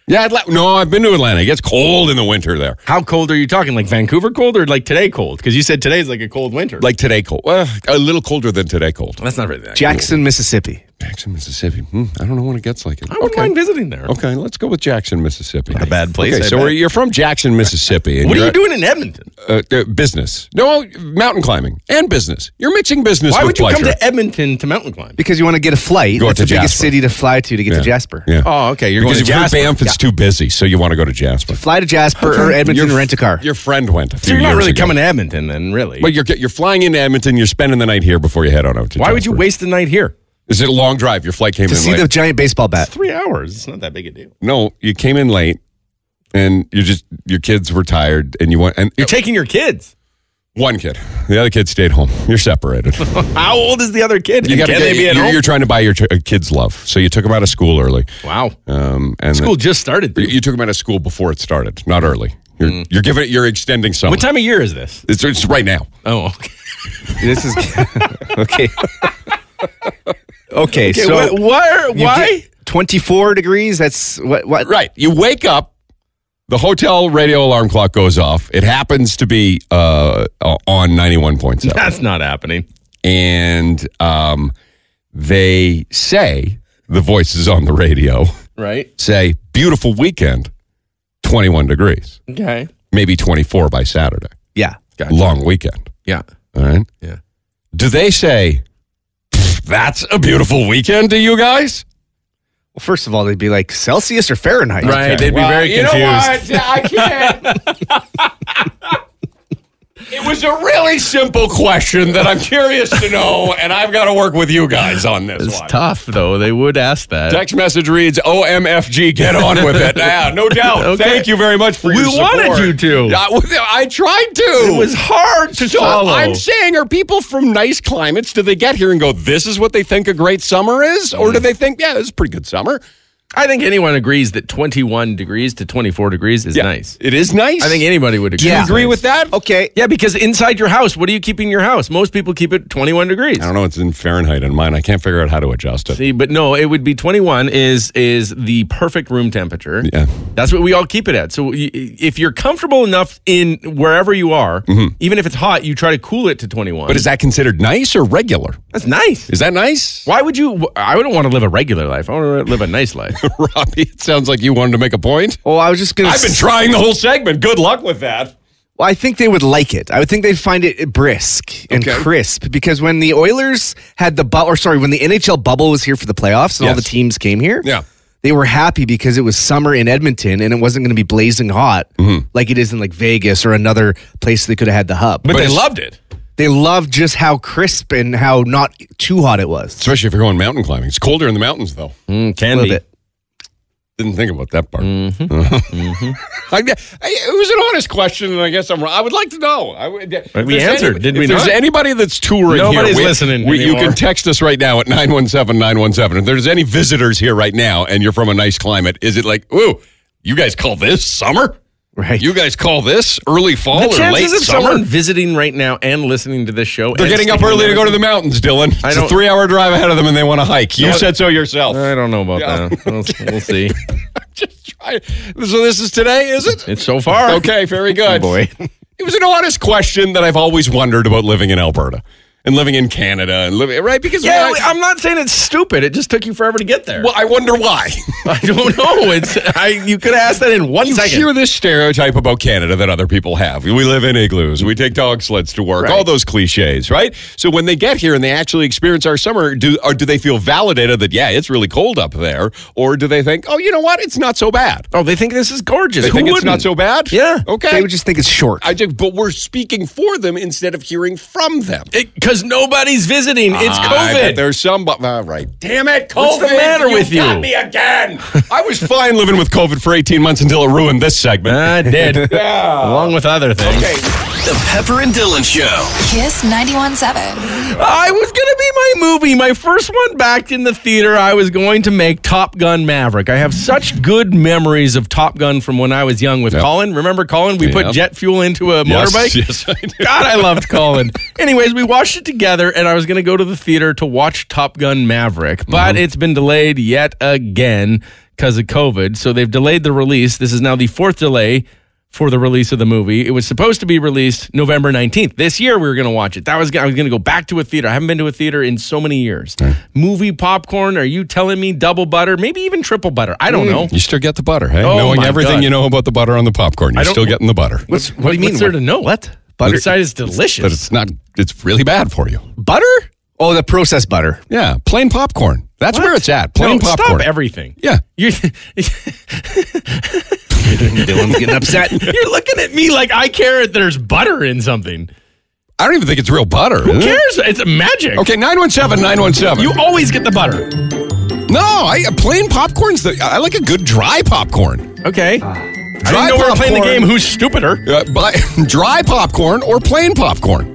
Speaker 3: Yeah, Atlanta. No, I've been to Atlanta. It gets cold in the winter there.
Speaker 5: How cold are you talking? Like Vancouver cold or like today cold? Because you said today's like a cold winter.
Speaker 3: Like today, cold. Well, a little colder than today, cold.
Speaker 5: that's not really that.
Speaker 6: Jackson, Mississippi.
Speaker 3: Jackson, Mississippi. Hmm, I don't know what it gets like. It.
Speaker 5: I wouldn't mind visiting there.
Speaker 3: Okay, let's go with Jackson, Mississippi.
Speaker 10: Not a bad place,
Speaker 3: Okay,
Speaker 10: I
Speaker 3: so
Speaker 10: bet.
Speaker 3: we're- you're from Jackson, Mississippi. and
Speaker 5: What are
Speaker 3: you're
Speaker 5: you doing in Edmonton?
Speaker 3: at- Uh, uh, business. No, mountain climbing and business. You're mixing business
Speaker 5: Why
Speaker 3: with
Speaker 5: would you
Speaker 3: pleasure.
Speaker 5: come to Edmonton to mountain climb?
Speaker 6: because you want to get a flight.
Speaker 3: Go
Speaker 6: That's
Speaker 3: to
Speaker 6: the biggest
Speaker 3: Jasper.
Speaker 6: city to fly to to get to Jasper.
Speaker 3: Yeah.
Speaker 10: Oh, okay. You're going
Speaker 3: because
Speaker 10: to
Speaker 3: if you're in
Speaker 10: Jasper.
Speaker 3: Banff, it's too busy, so you want to go to Jasper.
Speaker 6: Fly to Jasper or Edmonton and rent a car.
Speaker 3: Your friend went. A few
Speaker 5: So you're not
Speaker 3: years
Speaker 5: really
Speaker 3: ago.
Speaker 5: coming to Edmonton then, really.
Speaker 3: But you're you're flying into Edmonton. You're spending the night here before you head on out to.
Speaker 5: Why would you
Speaker 3: Jasper.
Speaker 5: waste the night here?
Speaker 3: Is it a long drive? Your flight came
Speaker 6: to
Speaker 3: in
Speaker 6: see
Speaker 3: late.
Speaker 6: the giant baseball bat.
Speaker 5: Three hours. It's not that big a deal.
Speaker 3: no, you came in late, and you just your kids were tired, and you went and
Speaker 5: You're taking your kids.
Speaker 3: one kid, the other kid stayed home. You're separated.
Speaker 5: [LAUGHS] How old is the other kid?
Speaker 3: You
Speaker 5: And
Speaker 3: gotta
Speaker 5: can
Speaker 3: get-
Speaker 5: they be at
Speaker 3: you're,
Speaker 5: home?
Speaker 3: you're trying to buy your ch- uh, kids love, so you took them out of school early.
Speaker 5: wow.
Speaker 3: Um, and
Speaker 5: School just started.
Speaker 3: you you took them out of school before it started, not early. You're you're giving it. You're extending summer.
Speaker 5: Mm. What time of year is this?
Speaker 3: It's, it's right now.
Speaker 5: Oh, okay.
Speaker 6: This is [LAUGHS] okay. okay, so
Speaker 5: wh- why?
Speaker 6: you
Speaker 5: Why?
Speaker 6: get 24 degrees. That's what. what
Speaker 3: Right. You wake up, the hotel radio alarm clock goes off. It happens to be uh, on
Speaker 5: [LAUGHS]
Speaker 3: 91.7.
Speaker 5: That's not happening.
Speaker 3: and um, they say, the voices on the radio
Speaker 5: Right.
Speaker 3: say, beautiful weekend, 21 degrees,
Speaker 5: Okay.
Speaker 3: maybe 24 by Saturday.
Speaker 6: Yeah.
Speaker 3: Long weekend.
Speaker 5: Yeah.
Speaker 3: All right.
Speaker 5: Yeah.
Speaker 3: Do they say, "Pfft, that's a beautiful weekend to you guys?
Speaker 6: Well, first of all, they'd be like Celsius or Fahrenheit.
Speaker 5: Right. They'd be very
Speaker 3: you know
Speaker 5: confused.
Speaker 3: what? I can't. it was a really simple question that I'm curious to know, and I've got to work with you guys on this
Speaker 5: It's
Speaker 3: one.
Speaker 5: tough though. They would ask that.
Speaker 3: Text message reads OMFG, get on with
Speaker 5: [LAUGHS]
Speaker 3: it. Yeah, no doubt.
Speaker 5: Okay.
Speaker 3: Thank you very much for
Speaker 5: We
Speaker 3: your support.
Speaker 5: wanted you to.
Speaker 3: Yeah, well, I [LAUGHS] tried to.
Speaker 5: It was hard to
Speaker 3: so
Speaker 5: follow.
Speaker 3: I'm saying, are people from nice climates, do they get here and go, this is what they think a great summer is?
Speaker 5: Mm.
Speaker 3: Or do they think, yeah, this is a pretty good summer?
Speaker 5: I think anyone agrees that 21 degrees to 24 degrees is
Speaker 3: Yeah,
Speaker 5: nice.
Speaker 3: It is nice.
Speaker 5: I think anybody would agree.
Speaker 3: Do you
Speaker 5: It's
Speaker 3: agree
Speaker 5: nice.
Speaker 3: with that?
Speaker 6: Okay.
Speaker 5: Yeah, because inside your house, what do you keep in your house? Most people keep it 21 degrees.
Speaker 3: I don't know. It's in Fahrenheit in mine. I can't figure out how to adjust it.
Speaker 5: See, but no, it would be 21 is is the perfect room temperature.
Speaker 3: Yeah.
Speaker 5: That's what we all keep it at. So y- if you're comfortable enough in wherever you are, even if it's hot, you try to cool it to 21.
Speaker 3: Mm-hmm. But is that considered nice or regular?
Speaker 5: that's nice.
Speaker 3: Is that nice? [LAUGHS]
Speaker 5: Why would you? I wouldn't want to live a regular life. I want to live a
Speaker 3: [LAUGHS]
Speaker 5: nice life.
Speaker 3: Robbie, it sounds like you wanted to make a point.
Speaker 6: Oh, I was just gonna.
Speaker 3: I've been
Speaker 6: s-
Speaker 3: trying the whole segment. Good luck with that.
Speaker 6: Well, I think they would like it. I would think they'd find it brisk and
Speaker 3: Okay.
Speaker 6: crisp because when the Oilers had the bu- or sorry, when the NHL bubble was here for the playoffs and all
Speaker 3: Yes.
Speaker 6: the teams came here,
Speaker 3: Yeah.
Speaker 6: they were happy because it was summer in Edmonton and it wasn't going to be blazing hot like it is in like Vegas or another place they could have had the hub.
Speaker 5: But, they
Speaker 3: it's-
Speaker 5: loved it.
Speaker 6: they loved just how crisp and how not too hot it was.
Speaker 3: Especially if you're going mountain climbing. It's colder in the mountains, though.
Speaker 5: Mm, can be.
Speaker 6: A little bit.
Speaker 3: Didn't think about that part. Mm-hmm.
Speaker 5: [LAUGHS] Mm-hmm.
Speaker 3: I- I- it was an honest question, and I guess I'm wrong. I would like to know. I would- if
Speaker 5: But we
Speaker 3: there's
Speaker 5: answered,
Speaker 3: any-
Speaker 5: did
Speaker 3: if
Speaker 5: we
Speaker 3: there's
Speaker 5: not?
Speaker 3: anybody that's touring
Speaker 5: Nobody's
Speaker 3: here, we-
Speaker 5: listening
Speaker 3: we- you can
Speaker 5: anymore.
Speaker 3: text us right now at 917-917. If there's any visitors here right now and you're from a nice climate, is it like, ooh, you guys call this summer?
Speaker 6: Right.
Speaker 3: You guys call this early fall
Speaker 5: The
Speaker 3: or late
Speaker 5: chances of
Speaker 3: summer?
Speaker 5: someone visiting right now and listening to this show.
Speaker 3: They're
Speaker 5: and
Speaker 3: getting up
Speaker 5: sticking
Speaker 3: early to
Speaker 5: their-
Speaker 3: go to the mountains, Dylan.
Speaker 5: I
Speaker 3: It's a
Speaker 5: don't-
Speaker 3: three-hour drive ahead of them, and they want to hike. You
Speaker 5: what?
Speaker 3: said so yourself.
Speaker 5: I don't know about
Speaker 3: Yeah.
Speaker 5: that. We'll, we'll see.
Speaker 3: [LAUGHS] Just try. So this is today, is it?
Speaker 5: It's so far.
Speaker 3: Okay,
Speaker 5: [LAUGHS]
Speaker 3: very good. [LAUGHS]
Speaker 5: Oh, boy.
Speaker 3: It was an honest question that I've always wondered about living in Alberta and living in Canada and living right because
Speaker 5: Yeah,
Speaker 3: when I,
Speaker 5: I'm not saying it's stupid. It just took you forever to get there.
Speaker 3: well, I wonder why.
Speaker 5: [LAUGHS]
Speaker 3: [LAUGHS]
Speaker 5: I don't know. It's I. You could ask that in one
Speaker 3: You
Speaker 5: second.
Speaker 3: hear this stereotype about Canada that other people have. We live in igloos. We take dog sleds to work. All those cliches, right? So when they get here and they actually experience our summer, do or do they feel validated that yeah, it's really cold up there, or do they think, oh, you know what, it's not so bad?
Speaker 5: oh, they think this is gorgeous.
Speaker 3: They
Speaker 5: Who
Speaker 3: think
Speaker 5: wouldn't?
Speaker 3: it's not so bad.
Speaker 5: Yeah.
Speaker 3: Okay.
Speaker 6: They would just think it's short.
Speaker 3: I just, but we're speaking for them instead of hearing from them.
Speaker 5: because nobody's visiting. it's
Speaker 3: Ah, I bet
Speaker 5: COVID.
Speaker 3: there's some, but uh, right. Damn it, COVID.
Speaker 5: What's the matter with you?
Speaker 3: Got me again. [LAUGHS] I was fine living with COVID for 18 months until it ruined this segment. [LAUGHS]
Speaker 5: I did, along with other things.
Speaker 1: The Pepper and Dylan Show.
Speaker 2: Kiss 91.7.
Speaker 5: I was gonna be my movie, my first one back in the theater. I was going to make Top Gun Maverick. I have such good memories of Top Gun from when I was young with Colin. Remember Colin? We
Speaker 3: Yep.
Speaker 5: put jet fuel into a
Speaker 3: Yes,
Speaker 5: motorbike.
Speaker 3: yes, I do.
Speaker 5: [LAUGHS] God, I loved Colin. Anyways, we watched it together, and I was gonna go to the theater to watch Top Gun Maverick, but it's been delayed yet again because of COVID. So they've delayed the release. This is now the fourth delay for the release of the movie. It was supposed to be released November 19th. This year we were going to watch it. That was I was going to go back to a theater. I haven't been to a theater in so many years. Movie popcorn, are you telling me double butter, maybe even triple butter? I don't know.
Speaker 3: You still get the butter, hey?
Speaker 5: Oh,
Speaker 3: Knowing
Speaker 5: my
Speaker 3: everything
Speaker 5: God.
Speaker 3: you know about the butter on the popcorn, you're
Speaker 5: don't-
Speaker 3: still getting the butter.
Speaker 5: What's,
Speaker 6: what do you mean?
Speaker 5: What's there to know?
Speaker 6: What?
Speaker 5: Butter
Speaker 6: Butter?
Speaker 5: side is delicious.
Speaker 3: But it's not, it's really bad for you.
Speaker 6: Butter? Oh, the processed butter.
Speaker 3: Yeah, plain popcorn. That's where it's at.
Speaker 5: no,
Speaker 3: Plain popcorn.
Speaker 5: stop everything.
Speaker 3: yeah.
Speaker 5: You're, [LAUGHS]
Speaker 6: Dylan's getting upset.
Speaker 5: you're looking at me like I care if there's butter in something.
Speaker 3: I don't even think it's real butter.
Speaker 5: Who cares? It's magic.
Speaker 3: Okay, 917, 917.
Speaker 5: You always get the butter.
Speaker 3: no, I, plain popcorn's the, I like a good dry popcorn.
Speaker 5: Okay. I
Speaker 3: Ah. Dry
Speaker 5: didn't know we were playing the
Speaker 3: popcorn.
Speaker 5: game. Who's stupider?
Speaker 3: Uh, buy, [LAUGHS] dry popcorn or plain popcorn.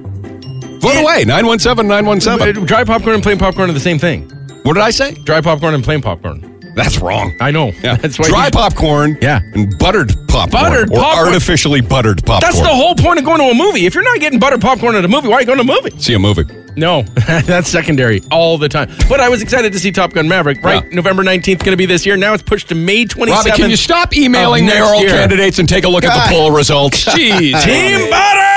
Speaker 3: Vote away, 917, 917.
Speaker 5: But dry popcorn and plain popcorn are the same thing.
Speaker 3: What did I say?
Speaker 5: Dry popcorn and plain popcorn.
Speaker 3: That's wrong.
Speaker 5: I know.
Speaker 3: Yeah.
Speaker 5: [LAUGHS] That's why
Speaker 3: dry
Speaker 5: you-
Speaker 3: popcorn
Speaker 5: Yeah.
Speaker 3: and buttered popcorn.
Speaker 5: Buttered
Speaker 3: or
Speaker 5: popcorn.
Speaker 3: artificially buttered popcorn.
Speaker 5: That's the whole point of going to a movie. If you're not getting butter popcorn at a movie, why are you going to a movie?
Speaker 3: See a movie.
Speaker 5: No, [LAUGHS] that's secondary all the time. But I was excited to see Top Gun Maverick. Right,
Speaker 3: Yeah.
Speaker 5: November 19th going to be this year. Now it's pushed to May 27th.
Speaker 3: Robbie, can you stop emailing
Speaker 5: of next
Speaker 3: mayoral
Speaker 5: year.
Speaker 3: candidates and take a look at
Speaker 6: God.
Speaker 3: the poll
Speaker 5: [LAUGHS]
Speaker 3: results? Jeez.
Speaker 5: Team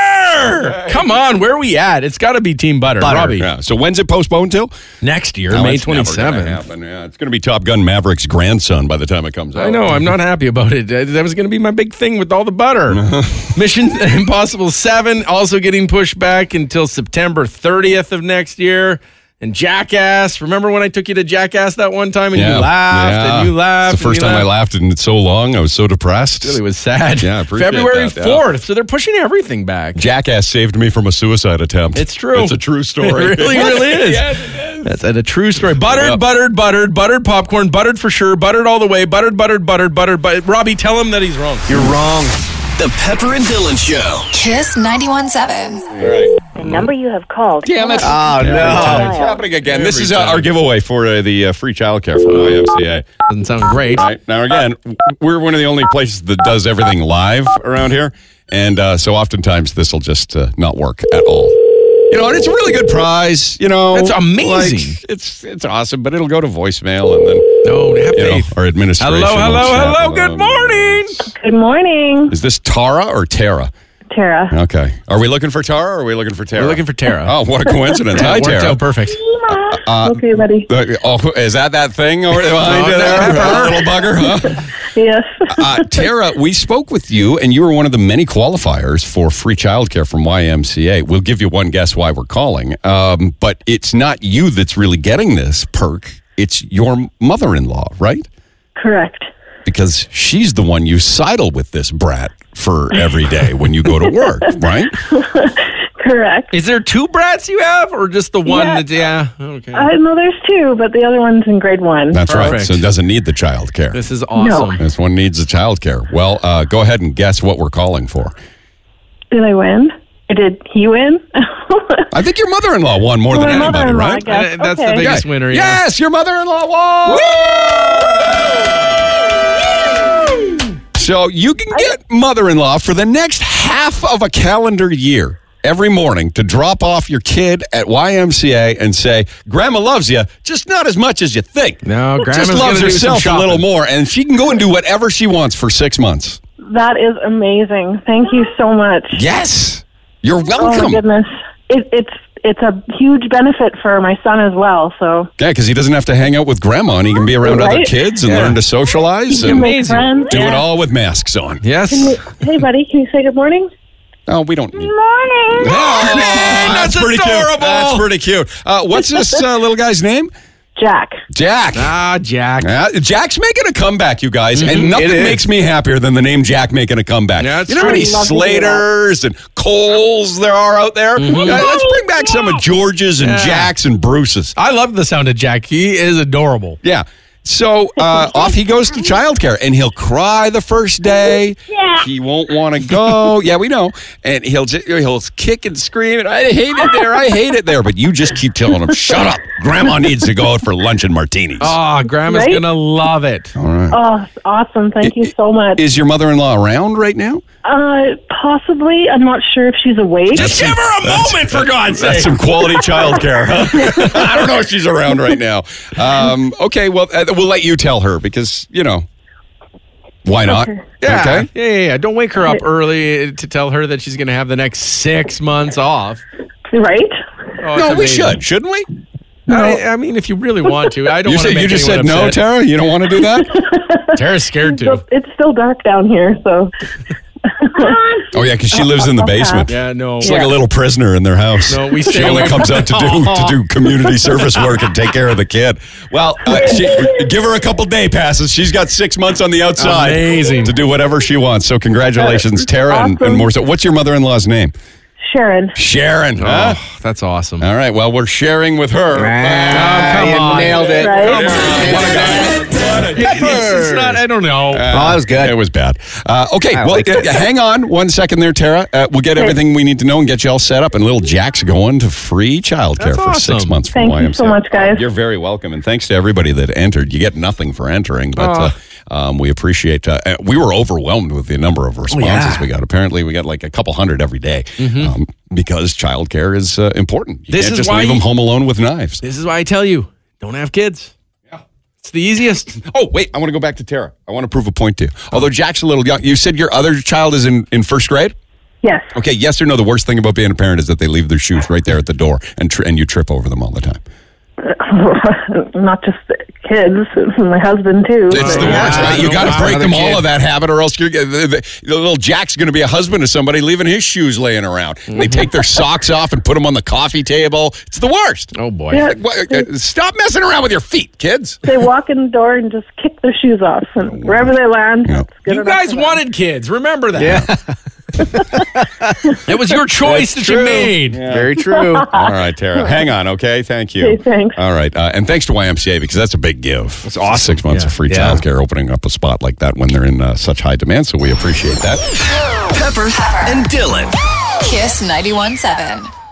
Speaker 5: Butter! Come on, where are we at? It's got to be Team Butter, Robbie.
Speaker 3: Yeah. So when's it postponed till?
Speaker 5: Next year,
Speaker 3: No,
Speaker 5: May
Speaker 3: it's never gonna
Speaker 5: 27th.
Speaker 3: happen. Yeah, it's going to be Top Gun Maverick's grandson by the time it comes out.
Speaker 5: I know, I'm not happy about it. Uh, That was going to be my big thing with all
Speaker 3: [LAUGHS]
Speaker 5: the butter. Mission Impossible 7 also getting pushed back until September 30th of next year. And Jackass, remember when I took you to Jackass that one time and you laughed
Speaker 3: Yeah.
Speaker 5: and you laughed?
Speaker 3: It's the first
Speaker 5: and you
Speaker 3: time I laughed in so long. I was so depressed.
Speaker 5: Really was sad.
Speaker 3: Yeah, I appreciate
Speaker 5: February
Speaker 3: that, yeah.
Speaker 5: 4th. So they're pushing everything back.
Speaker 3: Jackass saved me from a suicide attempt.
Speaker 5: It's true.
Speaker 3: It's a
Speaker 5: [LAUGHS]
Speaker 3: true story.
Speaker 5: It
Speaker 3: [LAUGHS]
Speaker 5: really, really is. That's a true story. Buttered,
Speaker 3: Yeah.
Speaker 5: buttered, buttered, buttered popcorn, buttered for sure, buttered all the way, buttered, buttered, buttered, buttered. But Robbie, tell him that he's wrong.
Speaker 6: You're wrong.
Speaker 1: The Pepper and Dylan Show.
Speaker 2: Kiss 91.7.
Speaker 10: The number you have called.
Speaker 3: Damn it.
Speaker 6: Oh, no.
Speaker 3: It's happening again. this is uh, our giveaway for uh, the uh, free childcare from YMCA.
Speaker 5: Doesn't sound great.
Speaker 3: All right. Now, again, w- we're one of the only places that does everything live around here. And uh, so oftentimes this will just uh, not work at all. You know, and it's a really good prize. You know,
Speaker 5: That's amazing.
Speaker 3: Like, it's it's awesome, but it'll go to voicemail and then
Speaker 5: No, have
Speaker 3: you know
Speaker 5: faith.
Speaker 3: our administration.
Speaker 5: Hello,
Speaker 3: will
Speaker 5: hello,
Speaker 3: chat
Speaker 5: hello.
Speaker 3: with
Speaker 5: Good
Speaker 3: them.
Speaker 5: morning.
Speaker 4: Good morning,
Speaker 3: Is this Tara or Tara?
Speaker 4: Tara.
Speaker 3: Okay. Are we looking for Tara or are we looking for Tara?
Speaker 5: We're looking for Tara.
Speaker 3: Oh, what a
Speaker 5: [LAUGHS]
Speaker 3: coincidence! Hi,
Speaker 5: Worked
Speaker 3: Tara.
Speaker 5: out perfect.
Speaker 4: okay, buddy.
Speaker 3: Uh, oh, is that that thing over behind
Speaker 5: Oh,
Speaker 3: you there,
Speaker 5: no.
Speaker 3: little bugger?
Speaker 5: [LAUGHS]
Speaker 3: Huh?
Speaker 4: Yes. [LAUGHS]
Speaker 3: uh, Tara, we spoke with you, and you were one of the many qualifiers for free childcare from YMCA. We'll give you one guess why we're calling, um, but it's not you that's really getting this perk. It's your mother-in-law, right?
Speaker 4: Correct.
Speaker 3: Because she's the one you sidle with this brat for every day when you go to
Speaker 5: [LAUGHS]
Speaker 3: work, right?
Speaker 4: Correct.
Speaker 5: Is there two brats you have or just the one
Speaker 4: Yeah.
Speaker 5: that, yeah? Okay.
Speaker 4: Uh, no, there's two, but the other one's in grade one.
Speaker 3: That's right.
Speaker 5: Perfect.
Speaker 3: So it doesn't need the childcare.
Speaker 5: this is awesome.
Speaker 3: This one needs the childcare. Well, uh, go ahead and guess what we're calling for.
Speaker 4: Did I win? Or did he win? [LAUGHS]
Speaker 3: I think your mother-in-law won more than
Speaker 4: My
Speaker 3: anybody,
Speaker 4: mother-in-law,
Speaker 3: right?
Speaker 4: I guess.
Speaker 5: Uh, That's the
Speaker 4: Okay.
Speaker 5: biggest winner. Yeah.
Speaker 3: Yes, your mother-in-law won. So you can get mother-in-law for the next half of a calendar year every morning to drop off your kid at YMCA and say, "Grandma loves you, just not as much as you think."
Speaker 5: No, Grandma's
Speaker 3: just
Speaker 5: gonna
Speaker 3: loves
Speaker 5: do some
Speaker 3: herself a little
Speaker 5: shopping.
Speaker 3: more, and she can go and do whatever she wants for six months.
Speaker 4: that is amazing. Thank you so much.
Speaker 3: Yes, you're
Speaker 4: oh my
Speaker 3: welcome.
Speaker 4: goodness, it, it's it's a huge benefit for my son as well. So
Speaker 3: yeah, because he doesn't have to hang out with grandma, and he can be around other
Speaker 4: Right?
Speaker 3: kids and learn to socialize
Speaker 4: you
Speaker 3: and
Speaker 4: make friends.
Speaker 3: do it all with masks on.
Speaker 5: Yes.
Speaker 4: Hey, buddy, can you say good morning?
Speaker 3: Oh, we don't need.
Speaker 4: Morning.
Speaker 3: Oh, that's, pretty cute.
Speaker 5: adorable.
Speaker 3: That's pretty cute. Uh, what's this uh, little guy's name?
Speaker 4: Jack.
Speaker 3: Jack.
Speaker 5: Ah, Jack.
Speaker 3: Uh, Jack's making a comeback, you guys, and nothing
Speaker 5: It is.
Speaker 3: makes me happier than the name Jack making a comeback.
Speaker 5: That's
Speaker 3: you know how many
Speaker 5: true. Love
Speaker 4: to hear that.
Speaker 3: Slaters and Coles there are out there?
Speaker 5: Mm-hmm.
Speaker 3: Uh, let's bring back some of George's and
Speaker 5: Yeah.
Speaker 3: Jack's and Bruce's.
Speaker 5: I love the sound of Jack. He is adorable.
Speaker 3: Yeah. So [LAUGHS] uh, off he goes to childcare, and he'll cry the first day. Yeah. He won't want to go. yeah, we know. And he'll just, he'll kick and scream, and I hate it there. I hate it there. But you just keep telling him, shut up. Grandma needs to go out for lunch and martinis.
Speaker 5: Oh, Grandma's
Speaker 4: Right?
Speaker 5: going to love it.
Speaker 3: All right.
Speaker 4: Oh, it's awesome. Thank you so much.
Speaker 3: Is your mother-in-law around right now?
Speaker 4: Uh, possibly. I'm not sure if she's awake.
Speaker 5: Just give her a moment, eh? for God's
Speaker 3: That's some quality childcare,
Speaker 5: [LAUGHS]
Speaker 3: huh? I don't know if she's around right now. Um, okay, well, uh, we'll let you tell her because you know Why not?
Speaker 5: Yeah,
Speaker 3: Okay.
Speaker 5: yeah, yeah, yeah. Don't wake her up early to tell her that she's going to have the next six months off.
Speaker 7: Right?
Speaker 5: Oh, it's
Speaker 3: No, we
Speaker 5: amazing.
Speaker 3: should, shouldn't we?
Speaker 5: I, I mean, if you really want to, I don't.
Speaker 3: You
Speaker 5: want to
Speaker 3: said
Speaker 5: make
Speaker 3: you just said
Speaker 5: anyone
Speaker 3: no,
Speaker 5: upset.
Speaker 3: Tara. You don't want to do that.
Speaker 5: Tara's scared
Speaker 7: So
Speaker 3: [LAUGHS]
Speaker 5: to.
Speaker 7: it's still dark down here, so
Speaker 3: Oh yeah, because she lives
Speaker 5: [LAUGHS]
Speaker 3: in the basement.
Speaker 5: Yeah, no.
Speaker 3: She's like a little prisoner in their house.
Speaker 5: No, we
Speaker 3: she
Speaker 5: stay
Speaker 3: only
Speaker 5: away
Speaker 3: comes
Speaker 5: from-
Speaker 3: out to
Speaker 5: [LAUGHS]
Speaker 3: do to do community service work and take care of the kid. Well, uh, she, give her a couple day passes. She's got six months on the outside
Speaker 5: Amazing.
Speaker 3: to do whatever she wants. So congratulations, Tara, and, and
Speaker 7: Awesome.
Speaker 3: more so. What's your mother-in-law's name?
Speaker 7: Sharon.
Speaker 3: Sharon. huh?
Speaker 5: Oh, that's awesome.
Speaker 3: All right. Well, we're sharing with her.
Speaker 6: Ah,
Speaker 5: Oh, come
Speaker 6: you
Speaker 5: on.
Speaker 6: nailed it.
Speaker 7: Right?
Speaker 5: Oh, It's, it's not. I don't know.
Speaker 6: Oh, that was good.
Speaker 3: It was bad. Uh, okay,
Speaker 6: I
Speaker 3: well,
Speaker 6: liked it.
Speaker 3: uh, hang on one second there, Tara. Uh, we'll get everything we need to know and get you all set up. And little Jack's going to free childcare
Speaker 5: That's
Speaker 3: for six
Speaker 5: awesome.
Speaker 3: months from
Speaker 7: Thank
Speaker 3: YMCA.
Speaker 7: you so much, guys.
Speaker 3: You're very welcome, and thanks to everybody that entered. You get nothing for entering, but uh, um, we appreciate. Uh, uh, we were overwhelmed with the number
Speaker 5: Oh,
Speaker 3: of responses we got. Apparently, we got like a couple hundred every day, um, because childcare is uh, important. You
Speaker 5: Mm-hmm. This
Speaker 3: can't
Speaker 5: is
Speaker 3: just
Speaker 5: why
Speaker 3: leave them
Speaker 5: you-
Speaker 3: home alone with knives.
Speaker 5: This is why I tell you, don't have kids. It's the
Speaker 3: [LAUGHS]
Speaker 5: easiest.
Speaker 3: Oh, wait, I want to go back to Tara. I want to prove a point to you. Although Jack's a little young, you said your other child is in, in first grade?
Speaker 7: Yes.
Speaker 3: Okay, yes or no? The worst thing about being a parent is that they leave their shoes right there at the door and, tri- and you trip over them all the time.
Speaker 7: [LAUGHS] Not just the kids, it's my husband too.
Speaker 3: It's the
Speaker 7: but-
Speaker 3: worst, right? You
Speaker 5: no,
Speaker 3: got to
Speaker 5: wow,
Speaker 3: break them
Speaker 5: another
Speaker 3: all
Speaker 5: kid.
Speaker 3: of that habit, or else you're, the, the, the little Jack's going to be a husband to somebody leaving his shoes laying around. And they take their socks off and put them on the coffee table. It's the worst.
Speaker 5: Oh boy.
Speaker 7: Yeah.
Speaker 3: What- uh, Stop messing around with your feet, kids.
Speaker 7: They walk in the door and just kick their shoes off, and wherever they land,
Speaker 3: Yeah.
Speaker 7: it's good
Speaker 5: You
Speaker 7: enough
Speaker 5: guys
Speaker 7: for them.
Speaker 5: wanted kids. Remember that. [LAUGHS] Yeah. that was your choice that you made.
Speaker 6: Very true.
Speaker 3: All right, Tara. Hang on, okay? Thank you.
Speaker 7: Okay, thanks.
Speaker 3: All right. Uh, and thanks to YMCA because that's a big give. It's awesome. Six months of free
Speaker 6: Yeah.
Speaker 3: childcare, opening up a spot like that when they're in uh, such high demand. So we appreciate that.
Speaker 1: Pepper and Dylan.
Speaker 2: Kiss 91.7.